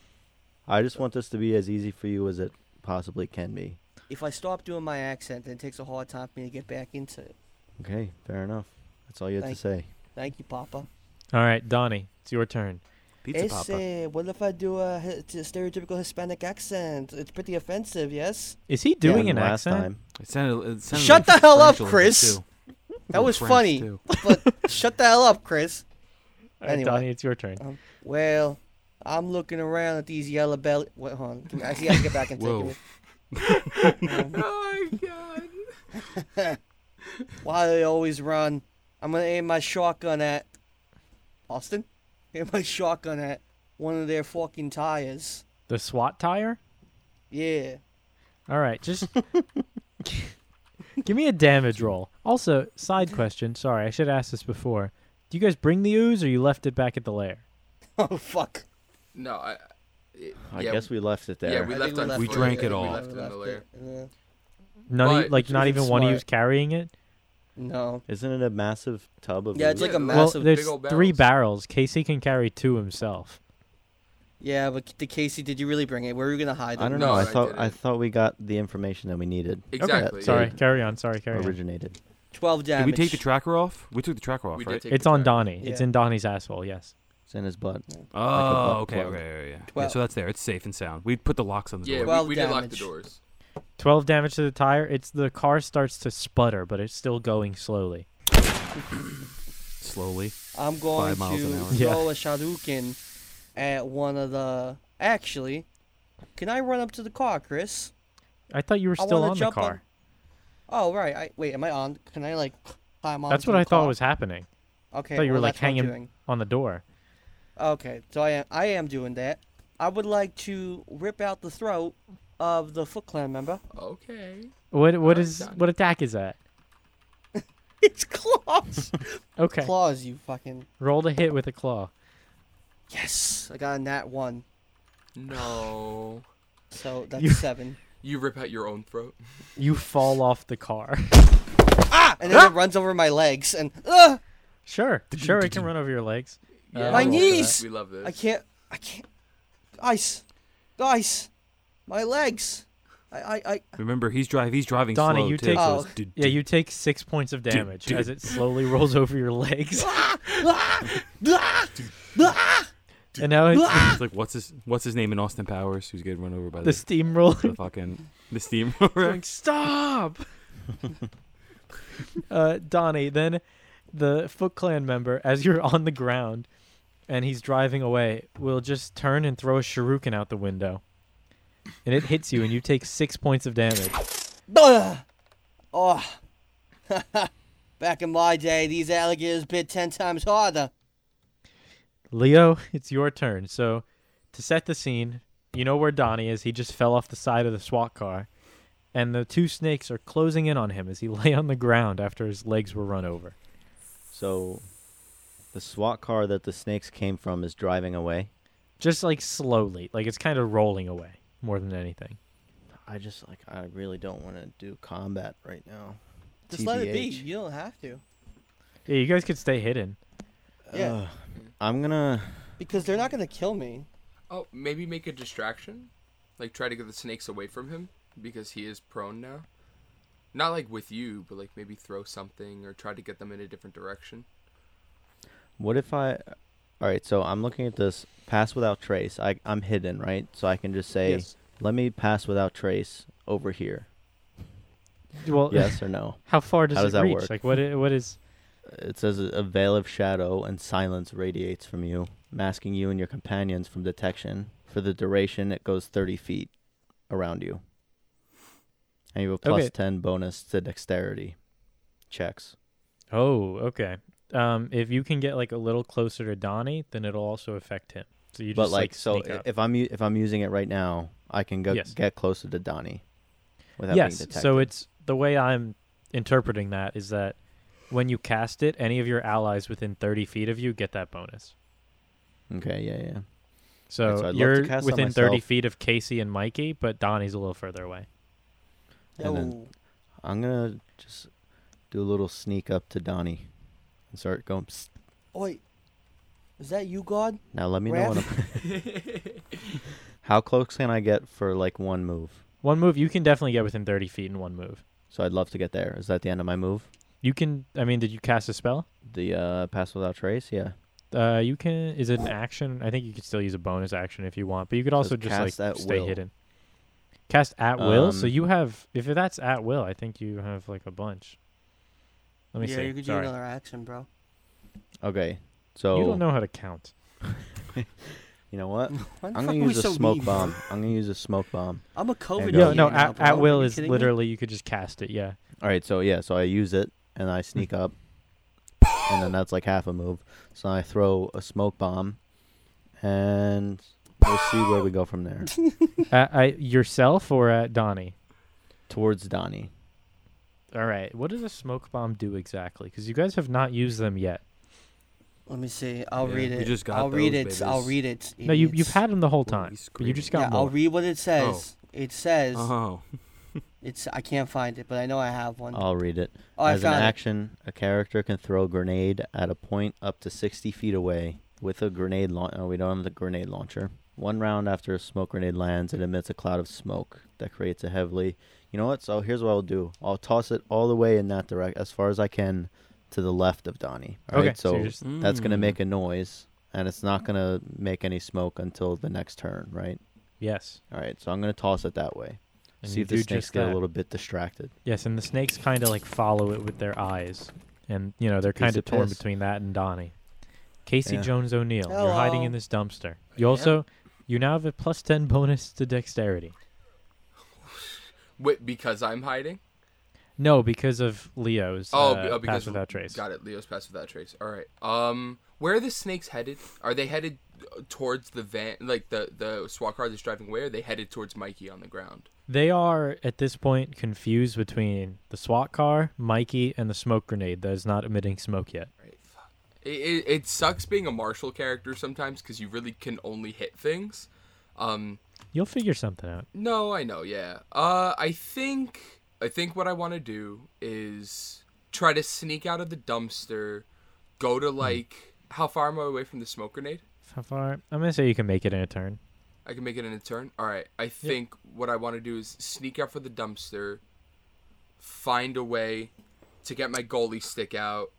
Speaker 5: I just want this to be as easy for you as it possibly can be.
Speaker 1: If I stop doing my accent, then it takes a hard time for me to get back into it.
Speaker 5: Okay, fair enough. That's all you have to say.
Speaker 1: Thank you, Papa.
Speaker 4: all right donnie it's your turn
Speaker 2: Pizza Papa.
Speaker 1: Ese, what if I do a, hi- t- stereotypical Hispanic accent? It's pretty offensive, yes?
Speaker 4: is he doing
Speaker 5: Yeah,
Speaker 4: an
Speaker 5: last
Speaker 4: accent
Speaker 5: time.
Speaker 2: It sounded, it sounded
Speaker 1: Shut
Speaker 2: like
Speaker 1: the hell up,
Speaker 2: French a little bit,
Speaker 1: Chris.
Speaker 2: too.
Speaker 1: That
Speaker 2: Or
Speaker 1: was
Speaker 2: French,
Speaker 1: funny,
Speaker 2: too.
Speaker 1: but shut the hell up, Chris.
Speaker 4: All right,
Speaker 1: Anyway.
Speaker 4: Donnie, it's your turn.
Speaker 1: Well, I'm looking around at these yellow belly. What? Hold on. Give me- I see. I can get back and
Speaker 2: Whoa.
Speaker 1: take
Speaker 3: Oh my god.
Speaker 1: it. Why do they always run? I'm gonna aim my shotgun at Austin. Aim my shotgun at one of their fucking tires.
Speaker 4: The SWAT tire?
Speaker 1: Yeah.
Speaker 4: All right, just give me a damage roll. Also, side question. Sorry, I should have asked this before. Do you guys bring the ooze, or you left it back at the lair?
Speaker 1: Oh fuck.
Speaker 3: No, I. it-
Speaker 5: I
Speaker 3: yeah,
Speaker 5: guess we left it there.
Speaker 3: Yeah, we
Speaker 1: I
Speaker 3: left
Speaker 1: think
Speaker 3: on
Speaker 2: We
Speaker 3: foot.
Speaker 2: drank it
Speaker 3: I think
Speaker 2: all.
Speaker 3: We left it in the lair.
Speaker 1: Yeah.
Speaker 4: None, of you,
Speaker 3: But-
Speaker 4: like not
Speaker 1: Which
Speaker 4: even
Speaker 1: isn't
Speaker 4: one of
Speaker 1: smart.
Speaker 4: you's carrying it.
Speaker 1: No.
Speaker 5: Isn't it a massive tub of
Speaker 1: Yeah, it's
Speaker 5: ooze?
Speaker 1: like a
Speaker 3: Yeah,
Speaker 4: Well,
Speaker 1: massive.
Speaker 3: big
Speaker 4: there's
Speaker 3: old
Speaker 4: three
Speaker 3: barrels.
Speaker 4: barrels. Casey can carry two himself.
Speaker 1: yeah, but the Casey, did you really bring it? Where were you gonna hide it?
Speaker 5: I don't
Speaker 3: No,
Speaker 5: know. I
Speaker 3: I
Speaker 5: thought
Speaker 3: didn't.
Speaker 5: I thought we got the information that we needed.
Speaker 3: Exactly.
Speaker 5: Yeah,
Speaker 4: Sorry,
Speaker 5: yeah.
Speaker 4: carry on. Sorry, carry on.
Speaker 5: Originated.
Speaker 1: Twelve
Speaker 2: Did
Speaker 1: damage.
Speaker 2: we take the tracker off? We took the tracker off,
Speaker 3: We
Speaker 2: right?
Speaker 3: did take
Speaker 4: It's
Speaker 3: the
Speaker 4: on
Speaker 3: track.
Speaker 4: Donnie. It's
Speaker 1: Yeah.
Speaker 4: in Donnie's asshole. Yes.
Speaker 5: It's in his butt.
Speaker 2: Oh,
Speaker 5: butt
Speaker 2: okay,
Speaker 5: plug.
Speaker 2: okay, yeah, yeah, yeah. yeah.
Speaker 1: Well-
Speaker 2: So that's there. It's safe and sound. We put the locks on the
Speaker 3: Yeah,
Speaker 2: door.
Speaker 3: we, we
Speaker 1: 12
Speaker 3: did lock the
Speaker 1: damage.
Speaker 3: doors.
Speaker 4: Twelve damage to the tire. It's the car starts to sputter, but it's still going slowly.
Speaker 2: Slowly.
Speaker 1: I'm going
Speaker 2: Five miles
Speaker 1: to
Speaker 2: an hour.
Speaker 4: Yeah.
Speaker 1: throw a Shadouken at one of the. Actually, can I run up to the car, Chris?
Speaker 4: I thought you were
Speaker 1: I
Speaker 4: still
Speaker 1: wanna
Speaker 4: on the
Speaker 1: jump
Speaker 4: car.
Speaker 1: on- Oh right. I wait. Am I on? Can I like climb on?
Speaker 4: That's what I thought was happening.
Speaker 1: Okay.
Speaker 4: I thought you were
Speaker 1: well,
Speaker 4: like
Speaker 1: that's what I'm
Speaker 4: hanging
Speaker 1: doing.
Speaker 4: on the door.
Speaker 1: Okay. So I am. I am doing that. I would like to rip out the throat of the Foot Clan member.
Speaker 3: Okay.
Speaker 4: What what
Speaker 3: Alright,
Speaker 4: is
Speaker 3: done.
Speaker 4: what attack is that?
Speaker 1: It's claws.
Speaker 4: Okay.
Speaker 1: Claws, you fucking.
Speaker 4: Roll to hit with a claw.
Speaker 1: Yes, I got a nat one.
Speaker 3: No.
Speaker 1: So that's
Speaker 4: You-
Speaker 1: seven.
Speaker 3: You rip out your own throat.
Speaker 4: You fall off the car.
Speaker 1: Ah! And then it runs over my legs, and ah!
Speaker 4: sure. Sure it can run over your legs.
Speaker 3: Yeah,
Speaker 1: My
Speaker 3: we love that.
Speaker 1: knees!
Speaker 3: We love this.
Speaker 1: I can't. I can't. Guys, guys, my legs. I, I, I.
Speaker 2: Remember, he's driving. He's driving
Speaker 4: Donnie,
Speaker 2: slow
Speaker 4: you
Speaker 2: too.
Speaker 4: take-
Speaker 2: so it's
Speaker 1: Oh.
Speaker 2: du-
Speaker 4: Yeah, you take six points of damage as it slowly rolls over your legs. and now it's
Speaker 2: It's like what's his what's his name in Austin Powers? Who's getting run over by
Speaker 4: the
Speaker 2: the, the
Speaker 4: steamroller.
Speaker 2: fucking the steamroller?
Speaker 4: Like, Stop! uh, Donnie, then the Foot Clan member, as you're on the ground and he's driving away, will just turn and throw a shuriken out the window. And it hits you, and you take six points of damage.
Speaker 1: Ugh. Oh. Back in my day, these alligators bit ten times harder.
Speaker 4: Leo, it's your turn. So, to set the scene, you know where Donnie is. He just fell off the side of the SWAT car, and the two snakes are closing in on him as he lay on the ground after his legs were run over.
Speaker 5: So the SWAT car that the snakes came from is driving away.
Speaker 4: Just like slowly, like it's kind of rolling away more than anything.
Speaker 5: I just like I really don't want to do combat right now.
Speaker 1: Just let it be.
Speaker 5: TBH.
Speaker 1: You don't have to.
Speaker 4: Yeah, you guys could stay hidden.
Speaker 1: Yeah.
Speaker 5: Ugh. I'm gonna
Speaker 1: Because they're not gonna kill me.
Speaker 3: Oh, maybe make a distraction? Like try to get the snakes away from him because he is prone now. Not like with you, but like maybe throw something or try to get them in a different direction.
Speaker 5: What if I? All right, so I'm looking at this pass without trace. I I'm hidden, right? So I can just say, "Let me pass without trace over here."
Speaker 4: Well,
Speaker 5: Yes or no?
Speaker 4: how far does
Speaker 5: How
Speaker 4: it
Speaker 5: does that
Speaker 4: reach?
Speaker 5: work?
Speaker 4: Like what? i- What is?
Speaker 5: It says a veil of shadow and silence radiates from you, masking you and your companions from detection. For the duration, it goes 30 feet around you. And you have a plus
Speaker 4: Okay.
Speaker 5: 10 bonus to dexterity checks.
Speaker 4: Oh, okay. Um, if you can get like a little closer to Donnie, then it'll also affect him. So you just
Speaker 5: but like, so
Speaker 4: sneak up.
Speaker 5: if I'm u- if I'm using it right now, I can go,
Speaker 4: Yes.
Speaker 5: get closer to Donnie without being
Speaker 4: yes.
Speaker 5: detected.
Speaker 4: So it's the way I'm interpreting that is that when you cast it, any of your allies within 30 feet of you get that bonus.
Speaker 5: okay, yeah, yeah.
Speaker 4: So
Speaker 5: Okay, so I'd love to
Speaker 4: you're
Speaker 5: cast on
Speaker 4: within 30
Speaker 5: myself.
Speaker 4: feet of Casey and Mikey, but Donnie's a little further away.
Speaker 5: And then-
Speaker 1: No.
Speaker 5: I'm gonna just do a little sneak up to Donnie and start going. Psst,
Speaker 1: Oi. Is that you, God?
Speaker 5: now let me know when I'm, how close can I get for like one move.
Speaker 4: One move, you can definitely get within 30 feet in one move.
Speaker 5: So I'd love to get there. Is that the end of my move?
Speaker 4: You can, I mean, did you cast a spell?
Speaker 5: The uh, pass without trace, yeah.
Speaker 4: Uh, you can, is it an action? I think you could still use a bonus action if you want, but you could also
Speaker 5: it's
Speaker 4: just like
Speaker 5: cast at
Speaker 4: stay
Speaker 5: will.
Speaker 4: hidden. Cast at will. So
Speaker 5: Um,
Speaker 4: you have, if that's at will, I think you have like a bunch. Let me
Speaker 1: yeah,
Speaker 4: see.
Speaker 1: you could
Speaker 4: Sorry.
Speaker 1: do another action, bro.
Speaker 5: Okay, so
Speaker 4: You don't know how to count.
Speaker 5: you know what?
Speaker 1: Uh, Why the
Speaker 5: I'm
Speaker 1: fuck
Speaker 5: gonna
Speaker 1: are we
Speaker 5: use a
Speaker 1: so
Speaker 5: smoke
Speaker 1: mean?
Speaker 5: bomb. I'm gonna use a smoke bomb.
Speaker 1: I'm a COVID.
Speaker 5: Yeah,
Speaker 4: Yeah,
Speaker 5: you
Speaker 4: no,
Speaker 1: now,
Speaker 4: at,
Speaker 1: bro.
Speaker 4: at will
Speaker 1: Are you
Speaker 4: is
Speaker 1: kidding me?
Speaker 4: literally you could just cast it. Yeah.
Speaker 5: All right, so yeah, so I use it and I sneak up, and then that's like half a move. So I throw a smoke bomb, and we'll see where we go from there.
Speaker 4: at, Uh, I yourself or at Donnie.
Speaker 5: Towards Donnie.
Speaker 4: All right. What does a smoke bomb do exactly? Because you guys have not used them yet.
Speaker 1: Let me see. I'll
Speaker 2: Yeah,
Speaker 1: read
Speaker 2: we
Speaker 1: it.
Speaker 2: just got
Speaker 1: I'll read it.
Speaker 2: those
Speaker 1: I'll
Speaker 2: babies.
Speaker 1: read it.
Speaker 4: No, you you've
Speaker 1: idiots.
Speaker 4: had them the whole
Speaker 2: Holy
Speaker 4: time, but you just
Speaker 2: screaming.
Speaker 1: Yeah,
Speaker 4: got
Speaker 1: I'll
Speaker 4: more.
Speaker 1: read what it says. It says
Speaker 2: Oh,
Speaker 1: it's. I can't find it, but I know I have one.
Speaker 5: I'll read it.
Speaker 1: oh, I
Speaker 5: As an
Speaker 1: found it.
Speaker 5: action, a character can throw a grenade at a point up to 60 feet away with a grenade launcher. Oh, we don't have the grenade launcher. One round after a smoke grenade lands, it emits a cloud of smoke that creates a heavily. You know what? So here's what I'll do. I'll toss it all the way in that direct, as far as I can, to the left of Donnie. All
Speaker 4: Okay,
Speaker 5: right,
Speaker 4: so
Speaker 5: So,
Speaker 4: you're just-
Speaker 5: that's gonna
Speaker 1: Hmm.
Speaker 2: Mm.
Speaker 5: make a noise, and it's not gonna make any smoke until the next turn, right?
Speaker 4: Yes.
Speaker 5: All right. So I'm gonna toss it that way.
Speaker 4: And
Speaker 5: See
Speaker 4: you
Speaker 5: if the
Speaker 4: do
Speaker 5: snakes
Speaker 4: just
Speaker 5: get
Speaker 4: that.
Speaker 5: a little bit distracted.
Speaker 4: Yes, and the snakes kind of like follow it with their eyes, and you know they're
Speaker 5: Piece
Speaker 4: kind of
Speaker 5: of
Speaker 4: torn
Speaker 5: piss.
Speaker 4: between that and Donnie. Casey
Speaker 5: Yeah.
Speaker 4: Jones O'Neill, you're hiding in
Speaker 1: Hello.
Speaker 4: this dumpster. You also you now have a plus ten bonus to dexterity.
Speaker 3: Wait, because I'm hiding?
Speaker 4: No, because of Leo's.
Speaker 3: Oh,
Speaker 4: uh,
Speaker 3: be- oh, because
Speaker 4: pass without trace.
Speaker 3: Got it. Leo's pass without trace. All right. Um, where are the snakes headed? Are they headed uh, towards the van, like the the SWAT car that's driving away? Or are they headed towards Mikey on the ground?
Speaker 4: They are at this point confused between the SWAT car, Mikey, and the smoke grenade that is not emitting smoke yet.
Speaker 3: Right. Fuck. It, it, it sucks being a martial character sometimes because you really can only hit things. Um,
Speaker 4: You'll figure something out.
Speaker 3: No, I know. Yeah. Uh, I think I think what I want to do is try to sneak out of the dumpster, go to like how far am I away from the smoke grenade?
Speaker 4: How far? I'm gonna say you can make it in a turn.
Speaker 3: I can make it in a turn. All right. I think what I want to do is sneak out for the dumpster, find a way to get my goalie stick out,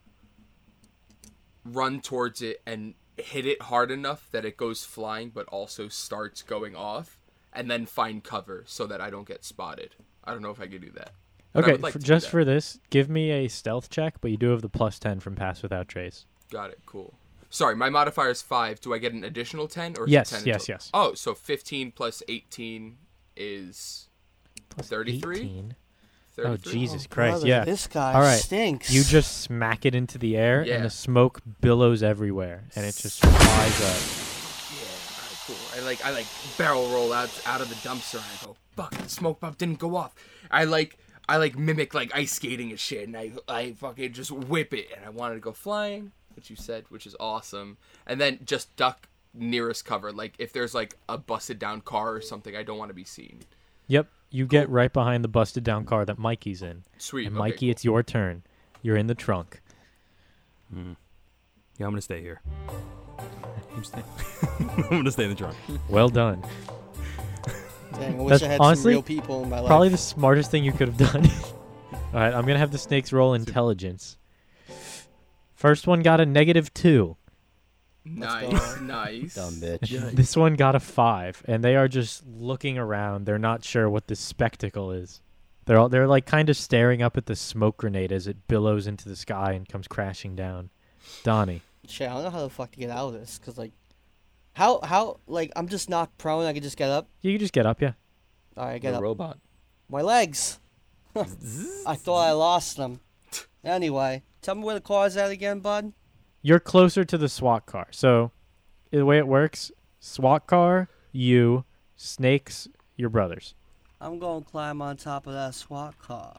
Speaker 3: run towards it, and hit it hard enough that it goes flying, but also starts going off, and then find cover so that I don't get spotted. I don't know if I can do that. But I
Speaker 4: Okay,
Speaker 3: would like
Speaker 4: for,
Speaker 3: to do
Speaker 4: just
Speaker 3: that.
Speaker 4: for this, give me a stealth check, but you do have the plus ten from pass without trace.
Speaker 3: Got it. Cool. Sorry, my modifier is five. Do I get an additional ten or is it
Speaker 4: Yes,
Speaker 3: 10
Speaker 4: yes,
Speaker 3: until-
Speaker 4: yes.
Speaker 3: Oh, so fifteen plus eighteen is
Speaker 4: Plus
Speaker 3: 33?
Speaker 4: 18. Oh
Speaker 3: 33.
Speaker 4: Jesus Christ!
Speaker 1: Brother,
Speaker 4: yeah,
Speaker 1: This guy
Speaker 4: All right.
Speaker 1: stinks.
Speaker 4: you just smack it into the air,
Speaker 3: Yeah.
Speaker 4: and the smoke billows everywhere, and it just flies up.
Speaker 3: Yeah, alright, cool. I like I like barrel roll out out of the dumpster and I go, fuck, the smoke bomb didn't go off. I like I like mimic like ice skating and shit and I I fucking just whip it and I wanted to go flying, which you said, which is awesome. And then just duck nearest cover. Like if there's like a busted down car or something, I don't want to be seen.
Speaker 4: Yep, you get right behind the busted down car that Mikey's in.
Speaker 3: Sweet.
Speaker 4: And
Speaker 3: okay,
Speaker 4: Mikey,
Speaker 3: cool.
Speaker 4: it's your turn. You're in the trunk.
Speaker 2: Mm. yeah, I'm gonna stay here. I'm, stay- I'm gonna stay in the trunk.
Speaker 4: Well done.
Speaker 1: Dang, I wish
Speaker 4: That's
Speaker 1: I had
Speaker 4: honestly
Speaker 1: some real people in my life.
Speaker 4: Probably the smartest thing you could have done. All right, I'm gonna have the snakes roll intelligence. First one got a negative two.
Speaker 1: Let's
Speaker 3: Nice,
Speaker 1: go.
Speaker 3: nice.
Speaker 5: Dumb bitch.
Speaker 4: This one got a five, and they are just looking around. They're not sure what this spectacle is. They're all they're like kind of staring up at the smoke grenade as it billows into the sky and comes crashing down. Donnie,
Speaker 1: Shit, I don't know how the fuck to get out of this. Cause like, how how like I'm just knocked prone. I can just get up.
Speaker 4: you can just get up, yeah.
Speaker 1: All right, get
Speaker 5: The
Speaker 1: up.
Speaker 5: robot.
Speaker 1: My legs. I thought I lost them. Anyway, tell me where the car's at again, bud.
Speaker 4: You're closer to the SWAT car. So the way it works, SWAT car, you, snakes, your brothers.
Speaker 1: I'm gonna climb on top of that SWAT car.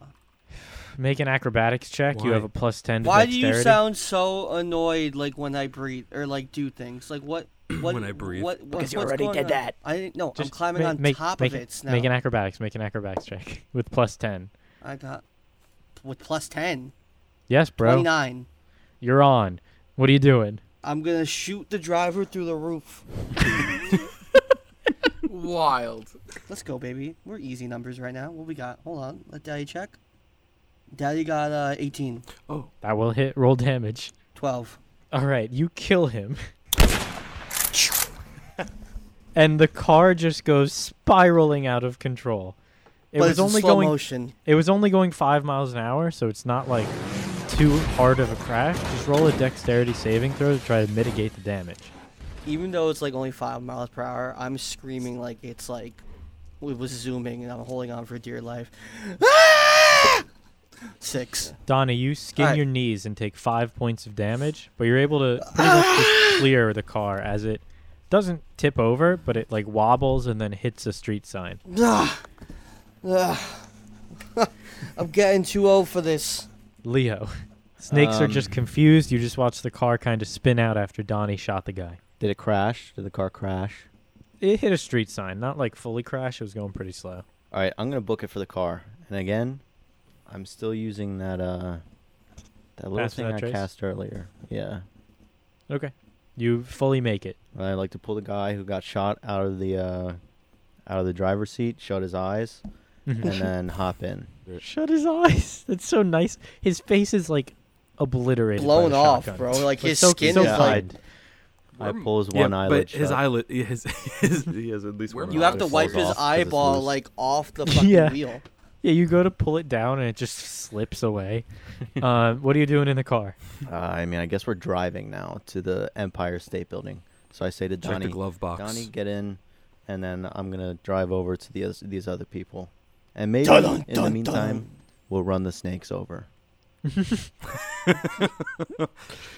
Speaker 4: Make an acrobatics check. You
Speaker 2: Why?
Speaker 4: have a plus ten. To
Speaker 1: Why do
Speaker 4: dexterity.
Speaker 1: you sound so annoyed like when I breathe or like do things? Like what? what
Speaker 2: When I breathe.
Speaker 1: What, what,
Speaker 6: Because you
Speaker 1: what's
Speaker 6: already
Speaker 1: going
Speaker 6: did
Speaker 1: on?
Speaker 6: that.
Speaker 1: I didn't know. I'm
Speaker 4: Just
Speaker 1: climbing
Speaker 4: ma-
Speaker 1: on
Speaker 4: make-
Speaker 1: top
Speaker 4: make
Speaker 1: of
Speaker 4: it-
Speaker 1: it now.
Speaker 4: Make an acrobatics. Make an acrobatics check with plus ten.
Speaker 1: I got with plus 10,
Speaker 4: Yes, bro.
Speaker 1: 29.
Speaker 4: You're on. What are you doing?
Speaker 1: I'm gonna shoot the driver through the roof.
Speaker 3: Wild.
Speaker 1: Let's go, baby. We're easy numbers right now. What we got? Hold on. Let daddy check. Daddy got uh 18,
Speaker 4: That will hit. Roll damage.
Speaker 1: 12.
Speaker 4: All right, you kill him. and the car just goes spiraling out of control. It
Speaker 1: but
Speaker 4: was
Speaker 1: it's in
Speaker 4: only
Speaker 1: slow
Speaker 4: going.
Speaker 1: motion.
Speaker 4: It was only going five miles an hour, so it's not like too hard of a crash. Just roll a dexterity saving throw to try to mitigate the damage.
Speaker 1: Even though it's like only five miles per hour, I'm screaming like it's like it was zooming and I'm holding on for dear life. Ah! Six.
Speaker 4: Donna, you skin
Speaker 1: Alright.
Speaker 4: your knees and take five points of damage, but you're able to pretty much just clear the car as it doesn't tip over, but it like wobbles and then hits a street sign.
Speaker 1: Ugh. Ugh. Ah! I'm getting too old for this.
Speaker 4: Leo, snakes are just
Speaker 5: Um.
Speaker 4: confused. You just watch the car kind of spin out after Donnie shot the guy.
Speaker 5: Did it crash? Did the car crash?
Speaker 4: It hit a street sign, not like fully crash. It was going pretty slow.
Speaker 5: All right, I'm gonna book it for the car. And again, I'm still using that uh that little
Speaker 4: Pass
Speaker 5: thing
Speaker 4: without
Speaker 5: I
Speaker 4: trace?
Speaker 5: cast earlier. Yeah,
Speaker 4: Okay, you fully make it.
Speaker 5: And I like to pull the guy who got shot out of the uh out of the driver's seat, shut his eyes, and then hop in.
Speaker 4: Shut his eyes. That's so nice. His face is like obliterated, by
Speaker 1: Blown
Speaker 4: the
Speaker 1: off,
Speaker 4: shotgun.
Speaker 1: bro. Like
Speaker 4: But
Speaker 1: his
Speaker 4: so-
Speaker 1: skin
Speaker 4: so
Speaker 1: is like.
Speaker 4: kind.
Speaker 5: I
Speaker 3: We're-
Speaker 5: pulls
Speaker 2: Yeah,
Speaker 5: one eyelid.
Speaker 2: But his
Speaker 5: shut.
Speaker 2: eyelid, his, his, he has at least
Speaker 3: Where
Speaker 2: one.
Speaker 3: am
Speaker 1: You
Speaker 3: Well,
Speaker 1: have
Speaker 3: it
Speaker 1: to
Speaker 3: falls
Speaker 1: wipe his
Speaker 5: off 'cause it's
Speaker 1: eyeball
Speaker 5: loose.
Speaker 1: like off the fucking
Speaker 4: Yeah.
Speaker 1: wheel.
Speaker 4: Yeah, you go to pull it down and it just slips away. um, what are you doing in the car?
Speaker 5: Uh, I mean, I guess we're driving now to the Empire State Building. So I say to
Speaker 2: Check the
Speaker 5: Donnie,
Speaker 2: glove box.
Speaker 5: Donnie, get in, and then I'm gonna drive over to the oth- these other people, and maybe
Speaker 1: Dun, dun,
Speaker 5: in the
Speaker 1: dun,
Speaker 5: meantime we'll run the snakes over.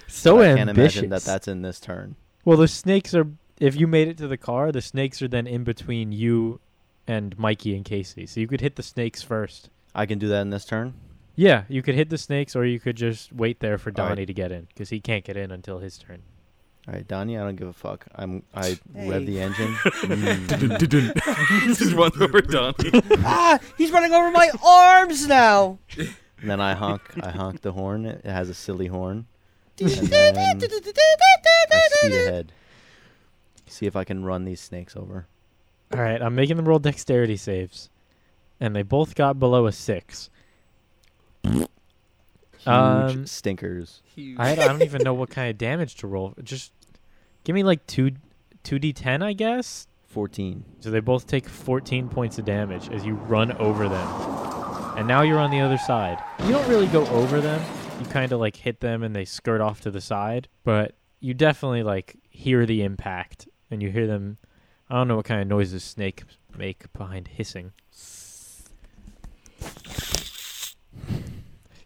Speaker 4: So
Speaker 5: But I can't
Speaker 4: ambitious.
Speaker 5: imagine that that's in this turn.
Speaker 4: Well, the snakes are. If you made it to the car, the snakes are then in between you and Mikey and Casey. So you could hit the snakes first.
Speaker 5: I can do that in this turn.
Speaker 4: Yeah, you could hit the snakes, or you could just wait there for
Speaker 5: All right.
Speaker 4: Donnie to get in because he can't get in until his turn.
Speaker 5: All right, Donnie, I don't give a fuck. I'm I
Speaker 1: Hey.
Speaker 5: rev the engine.
Speaker 2: Mm. Just run over Donnie.
Speaker 1: ah, he's running over my arms now.
Speaker 5: And then I honk. I honk the horn. It has a silly horn. And then I speed
Speaker 1: All
Speaker 5: ahead. See if I can run these snakes over.
Speaker 4: All right, I'm making them roll dexterity saves, and they both got below a six.
Speaker 5: Huge
Speaker 4: Um,
Speaker 5: stinkers.
Speaker 3: Huge.
Speaker 4: I, had- I don't even know what kind of damage to roll. Just give me like two, two d10, I guess.
Speaker 5: Fourteen.
Speaker 4: So they both take 14 points of damage as you run over them. And now you're on the other side. You don't really go over them. You kind of like hit them and they skirt off to the side, but you definitely like hear the impact and you hear them I don't know what kind of noises snakes make behind hissing.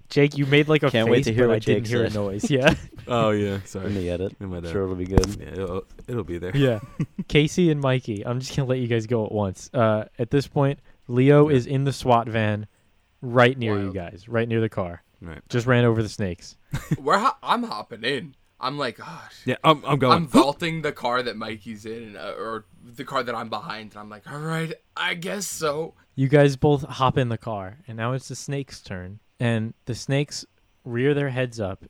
Speaker 4: Jake, you made like a
Speaker 5: Can't
Speaker 4: face,
Speaker 5: wait to hear
Speaker 4: but I
Speaker 5: what Jake
Speaker 4: didn't hear a
Speaker 5: said.
Speaker 4: noise. Yeah.
Speaker 2: Oh yeah,
Speaker 5: In
Speaker 2: sorry.
Speaker 5: the edit.
Speaker 2: Am I there?
Speaker 5: Sure, it'll be good.
Speaker 2: Yeah, it'll, it'll be there.
Speaker 4: yeah. Casey and Mikey, I'm just gonna let you guys go at once. Uh, at this point, Leo is in the SWAT van, right near you
Speaker 3: Wild.
Speaker 4: guys, right near the car.
Speaker 2: Right.
Speaker 4: Just ran over the snakes.
Speaker 3: We're ho- I'm hopping in. I'm like, "Ah, gosh.
Speaker 2: Yeah, I'm, I'm going.
Speaker 3: I'm vaulting the car that Mikey's in, and, uh, or the car that I'm behind, and I'm like, all right, I guess so.
Speaker 4: You guys both hop in the car, and now it's the snakes' turn. And the snakes rear their heads up.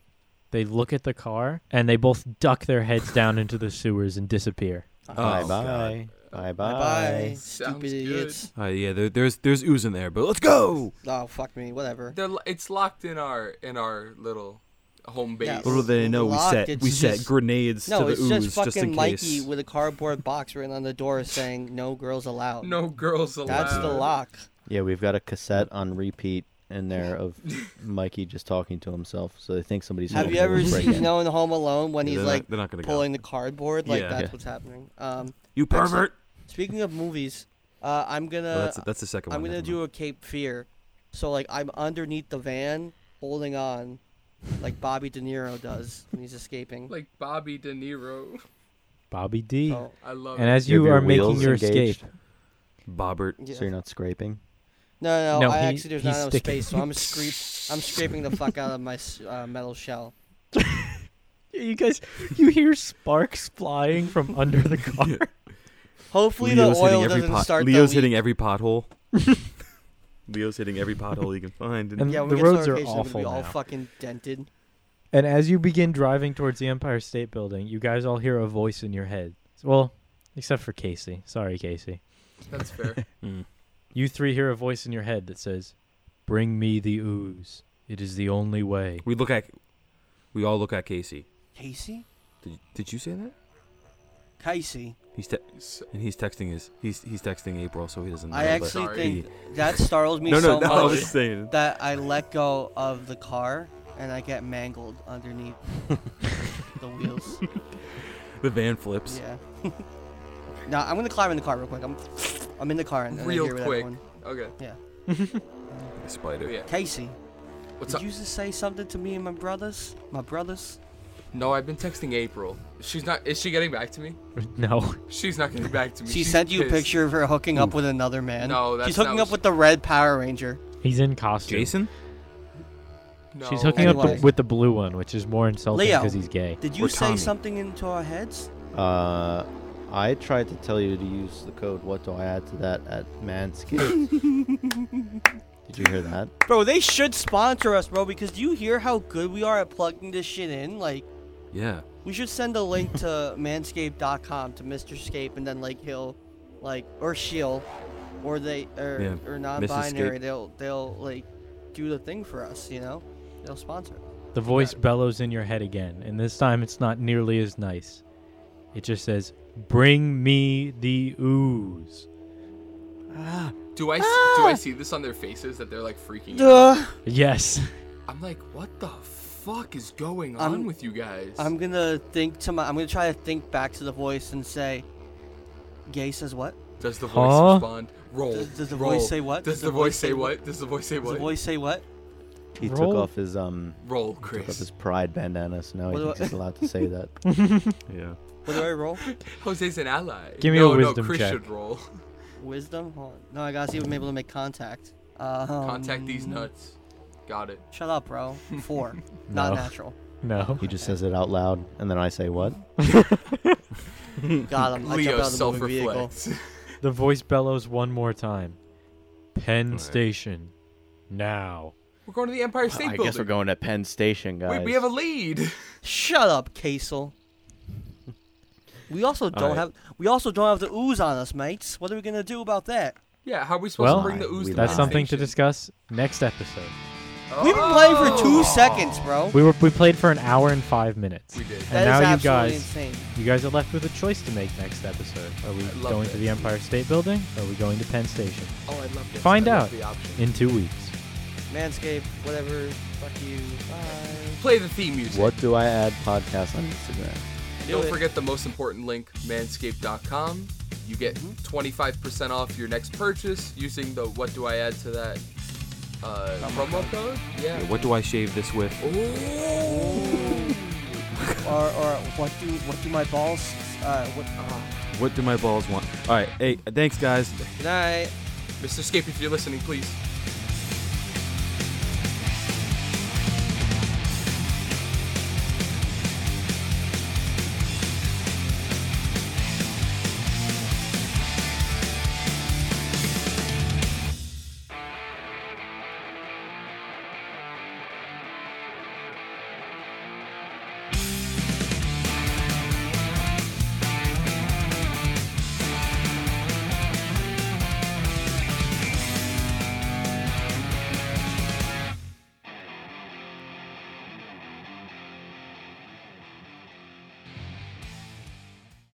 Speaker 4: They look at the car, and they both duck their heads down into the sewers and disappear.
Speaker 5: bye
Speaker 2: Oh,
Speaker 5: bye. Bye
Speaker 1: Bye.
Speaker 5: bye.
Speaker 3: Sounds
Speaker 1: Stupid
Speaker 3: good.
Speaker 1: idiots.
Speaker 2: Uh, yeah, there, there's there's ooze in there, but let's go.
Speaker 1: Oh fuck me. Whatever.
Speaker 3: They're, lo- it's locked in our in our little home base.
Speaker 1: Yeah.
Speaker 2: Little do they know, we
Speaker 1: Locked,
Speaker 2: set
Speaker 1: it's
Speaker 2: we set
Speaker 1: just-
Speaker 2: grenades to
Speaker 1: No,
Speaker 2: the
Speaker 1: it's
Speaker 2: ooze
Speaker 1: just fucking
Speaker 2: in
Speaker 1: Mikey
Speaker 2: case.
Speaker 1: with a cardboard box written on the door saying "No girls allowed."
Speaker 3: No girls allowed.
Speaker 1: that's the lock.
Speaker 5: Yeah, we've got a cassette
Speaker 4: Mm.
Speaker 5: on repeat in there of Mikey just talking to himself, so they think somebody's.
Speaker 1: Have
Speaker 5: helping
Speaker 1: you ever
Speaker 5: him break
Speaker 1: seen
Speaker 5: in.
Speaker 1: Noah in Home Alone when
Speaker 2: Yeah,
Speaker 1: he's
Speaker 2: they're
Speaker 1: like
Speaker 2: not, they're not gonna
Speaker 1: pulling the cardboard? Like
Speaker 2: Yeah.
Speaker 1: that's
Speaker 5: Yeah.
Speaker 1: what's happening. Um,
Speaker 2: go. You
Speaker 1: Excellent.
Speaker 2: pervert.
Speaker 1: speaking of movies, uh, I'm gonna
Speaker 2: Oh, that's that's the second
Speaker 1: I'm
Speaker 2: one.
Speaker 1: gonna
Speaker 2: never
Speaker 1: do
Speaker 2: mind.
Speaker 1: a Cape Fear. So like I'm underneath the van holding on, like Bobby De Niro does when he's escaping.
Speaker 3: Like Bobby De Niro.
Speaker 4: Bobby D.
Speaker 1: Oh,
Speaker 3: I love
Speaker 4: and
Speaker 3: it.
Speaker 4: as
Speaker 5: You have
Speaker 4: you,
Speaker 5: your
Speaker 4: are making
Speaker 5: wheels
Speaker 4: your
Speaker 5: engaged?
Speaker 4: escape,
Speaker 2: Bobbert.
Speaker 1: yeah.
Speaker 5: So you're not scraping.
Speaker 1: No, no,
Speaker 4: No,
Speaker 1: I
Speaker 4: he-
Speaker 1: actually there's
Speaker 4: he's
Speaker 1: not enough
Speaker 4: sticking.
Speaker 1: space, so I'm scrape I'm scraping the fuck out of my s- uh, metal shell.
Speaker 4: you guys, you hear sparks flying from under the car.
Speaker 1: Hopefully
Speaker 2: Leo's
Speaker 1: the
Speaker 2: hitting
Speaker 1: oil
Speaker 2: every
Speaker 1: doesn't
Speaker 2: pot-
Speaker 1: start. the
Speaker 2: Leo's
Speaker 1: leak.
Speaker 2: hitting every pothole. Leo's hitting every pothole he can find. And,
Speaker 4: And-
Speaker 1: Yeah, when
Speaker 4: The
Speaker 1: we get to
Speaker 4: roads
Speaker 1: our
Speaker 4: are
Speaker 1: location, they're gonna be
Speaker 4: awful
Speaker 1: all
Speaker 4: now.
Speaker 1: fucking dented.
Speaker 4: And as you begin driving towards the Empire State Building, you guys all hear a voice in your head. Well, except for Casey. Sorry, Casey.
Speaker 3: That's fair.
Speaker 2: Mm.
Speaker 4: You three hear a voice in your head that says, Bring me the ooze. It is the only way.
Speaker 2: we look at, we all look at Casey.
Speaker 1: Casey,
Speaker 2: Did, did you say that?
Speaker 1: Casey.
Speaker 2: He's te-
Speaker 3: S-
Speaker 2: and he's texting his he's he's texting April, so he doesn't. Know,
Speaker 1: I
Speaker 2: but-
Speaker 1: actually
Speaker 3: Sorry.
Speaker 1: think that startled me
Speaker 2: no, no,
Speaker 1: so
Speaker 2: no.
Speaker 1: much
Speaker 2: I was saying.
Speaker 1: that I let go of the car and I get mangled underneath the wheels.
Speaker 2: The van flips.
Speaker 1: Yeah. now I'm gonna climb in the car real quick. I'm I'm in the car and and I
Speaker 3: Real
Speaker 1: hear what
Speaker 3: quick.
Speaker 1: everyone-
Speaker 3: Okay.
Speaker 2: Spider.
Speaker 3: Yeah.
Speaker 1: Casey,
Speaker 3: What's
Speaker 1: did
Speaker 3: up?
Speaker 1: you just say something to me and my brothers? My brothers?
Speaker 3: No, I've been texting April. She's not. Is she getting back to me?
Speaker 4: No.
Speaker 3: She's not getting back to me.
Speaker 1: She
Speaker 3: She's
Speaker 1: sent you a
Speaker 3: pissed.
Speaker 1: picture of her hooking
Speaker 2: Hmm.
Speaker 1: up with another man.
Speaker 3: No, that's
Speaker 1: she's
Speaker 3: not
Speaker 1: hooking
Speaker 3: what
Speaker 1: up
Speaker 3: she-
Speaker 1: with the red Power Ranger.
Speaker 4: He's in costume.
Speaker 2: Jason.
Speaker 3: No.
Speaker 4: She's hooking up
Speaker 1: Anyway.
Speaker 4: the, with the blue one, which is more insulting
Speaker 1: Leo.
Speaker 4: because he's gay.
Speaker 1: Did you
Speaker 2: Or
Speaker 1: say
Speaker 2: Tommy.
Speaker 1: something into our heads?
Speaker 5: Uh, I tried to tell you to use the code. What do I add to that at Manscaped? Did you hear that?
Speaker 1: Bro, they should sponsor us, bro, because do you hear how good we are at plugging this shit in? Like,
Speaker 2: Yeah.
Speaker 1: we should send a link to manscaped.com to Mr. Scape and then, like, he'll, like, or she'll, or they, or,
Speaker 2: Yeah,
Speaker 1: or non binary,
Speaker 2: Scape.
Speaker 1: they'll, they'll, like, do the thing for us, you know? They'll sponsor us.
Speaker 4: The voice bellows in your head again, and this time it's not nearly as nice. It just says, Bring me the ooze.
Speaker 3: Do I s-
Speaker 1: Ah!
Speaker 3: do I see this on their faces that they're like freaking out?
Speaker 1: Duh.
Speaker 4: Yes.
Speaker 3: I'm like, what the fuck is going on
Speaker 1: I'm-
Speaker 3: with you guys?
Speaker 1: I'm gonna think to my. I'm gonna try to think back to the voice and say, "Gay says what?
Speaker 3: Does the voice
Speaker 4: Huh?
Speaker 3: respond? Roll.
Speaker 1: Does- does the
Speaker 3: roll.
Speaker 1: voice say what?
Speaker 3: Does, the, voice say what? Does the voice say
Speaker 1: Does
Speaker 3: what?
Speaker 1: the voice say what?
Speaker 5: He took
Speaker 4: Roll.
Speaker 5: off his um,
Speaker 3: Roll,
Speaker 5: took off his
Speaker 3: Chris.
Speaker 5: pride bandana, so now he
Speaker 1: What do
Speaker 5: thinks
Speaker 1: I-
Speaker 5: he's allowed to say that.
Speaker 2: Yeah.
Speaker 1: What do I roll?
Speaker 3: Jose's an ally.
Speaker 4: Give me a
Speaker 3: no,
Speaker 4: wisdom
Speaker 3: no, Chris
Speaker 4: check.
Speaker 3: should roll.
Speaker 1: Wisdom? Hold on. No, I gotta see if I'm able to make contact. Um,
Speaker 3: Contact these nuts. Got it.
Speaker 1: Shut up, bro. Four. Not
Speaker 4: No.
Speaker 1: natural.
Speaker 4: No.
Speaker 5: He just says it out loud, and then I say what?
Speaker 1: Got him. I
Speaker 3: Leo
Speaker 1: jump out of the
Speaker 3: self
Speaker 1: moving vehicle.
Speaker 3: reflects.
Speaker 4: The voice bellows one more time. Penn
Speaker 2: Alright.
Speaker 4: Station. Now.
Speaker 3: we're going to the Empire State
Speaker 5: I
Speaker 3: Building.
Speaker 5: guess we're going to Penn Station, guys.
Speaker 3: Wait, we have a lead.
Speaker 1: Shut up, Casel. We also don't
Speaker 5: right.
Speaker 1: have. We also don't have the ooze on us, mates. What are we gonna do about that?
Speaker 3: Yeah, how are we supposed
Speaker 4: Well,
Speaker 3: to bring the
Speaker 5: Fine,
Speaker 3: ooze
Speaker 5: we
Speaker 3: to
Speaker 4: That's
Speaker 5: Penn
Speaker 4: something to
Speaker 3: discuss.
Speaker 4: discuss next episode.
Speaker 1: We've
Speaker 3: Oh.
Speaker 1: been playing for two seconds, bro.
Speaker 4: We were we played for an hour and five minutes.
Speaker 3: We did.
Speaker 4: And
Speaker 1: That is
Speaker 4: now you
Speaker 1: absolutely
Speaker 4: guys
Speaker 1: insane.
Speaker 4: you guys are left with a choice to make next episode. Are we
Speaker 3: I love
Speaker 4: going to
Speaker 3: this.
Speaker 4: the Empire State Building? Or are we going to Penn Station?
Speaker 3: Oh, I love this.
Speaker 4: Find
Speaker 3: I love
Speaker 4: out.
Speaker 3: The option.
Speaker 4: In two weeks.
Speaker 1: Manscaped, whatever. Fuck you. Bye.
Speaker 3: Play the theme music.
Speaker 5: What do I add podcast on Instagram?
Speaker 3: Don't
Speaker 1: it.
Speaker 3: forget the most important link, manscaped.com. You get 25% off your next purchase using the what do I add to that uh, promo code? Yeah.
Speaker 2: What do I shave this with?
Speaker 1: or, or what do what do my balls? Uh, what? Uh,
Speaker 2: What do my balls want? All right. Hey, thanks, guys.
Speaker 1: good night.
Speaker 3: Mr. Scape, if you're listening, please.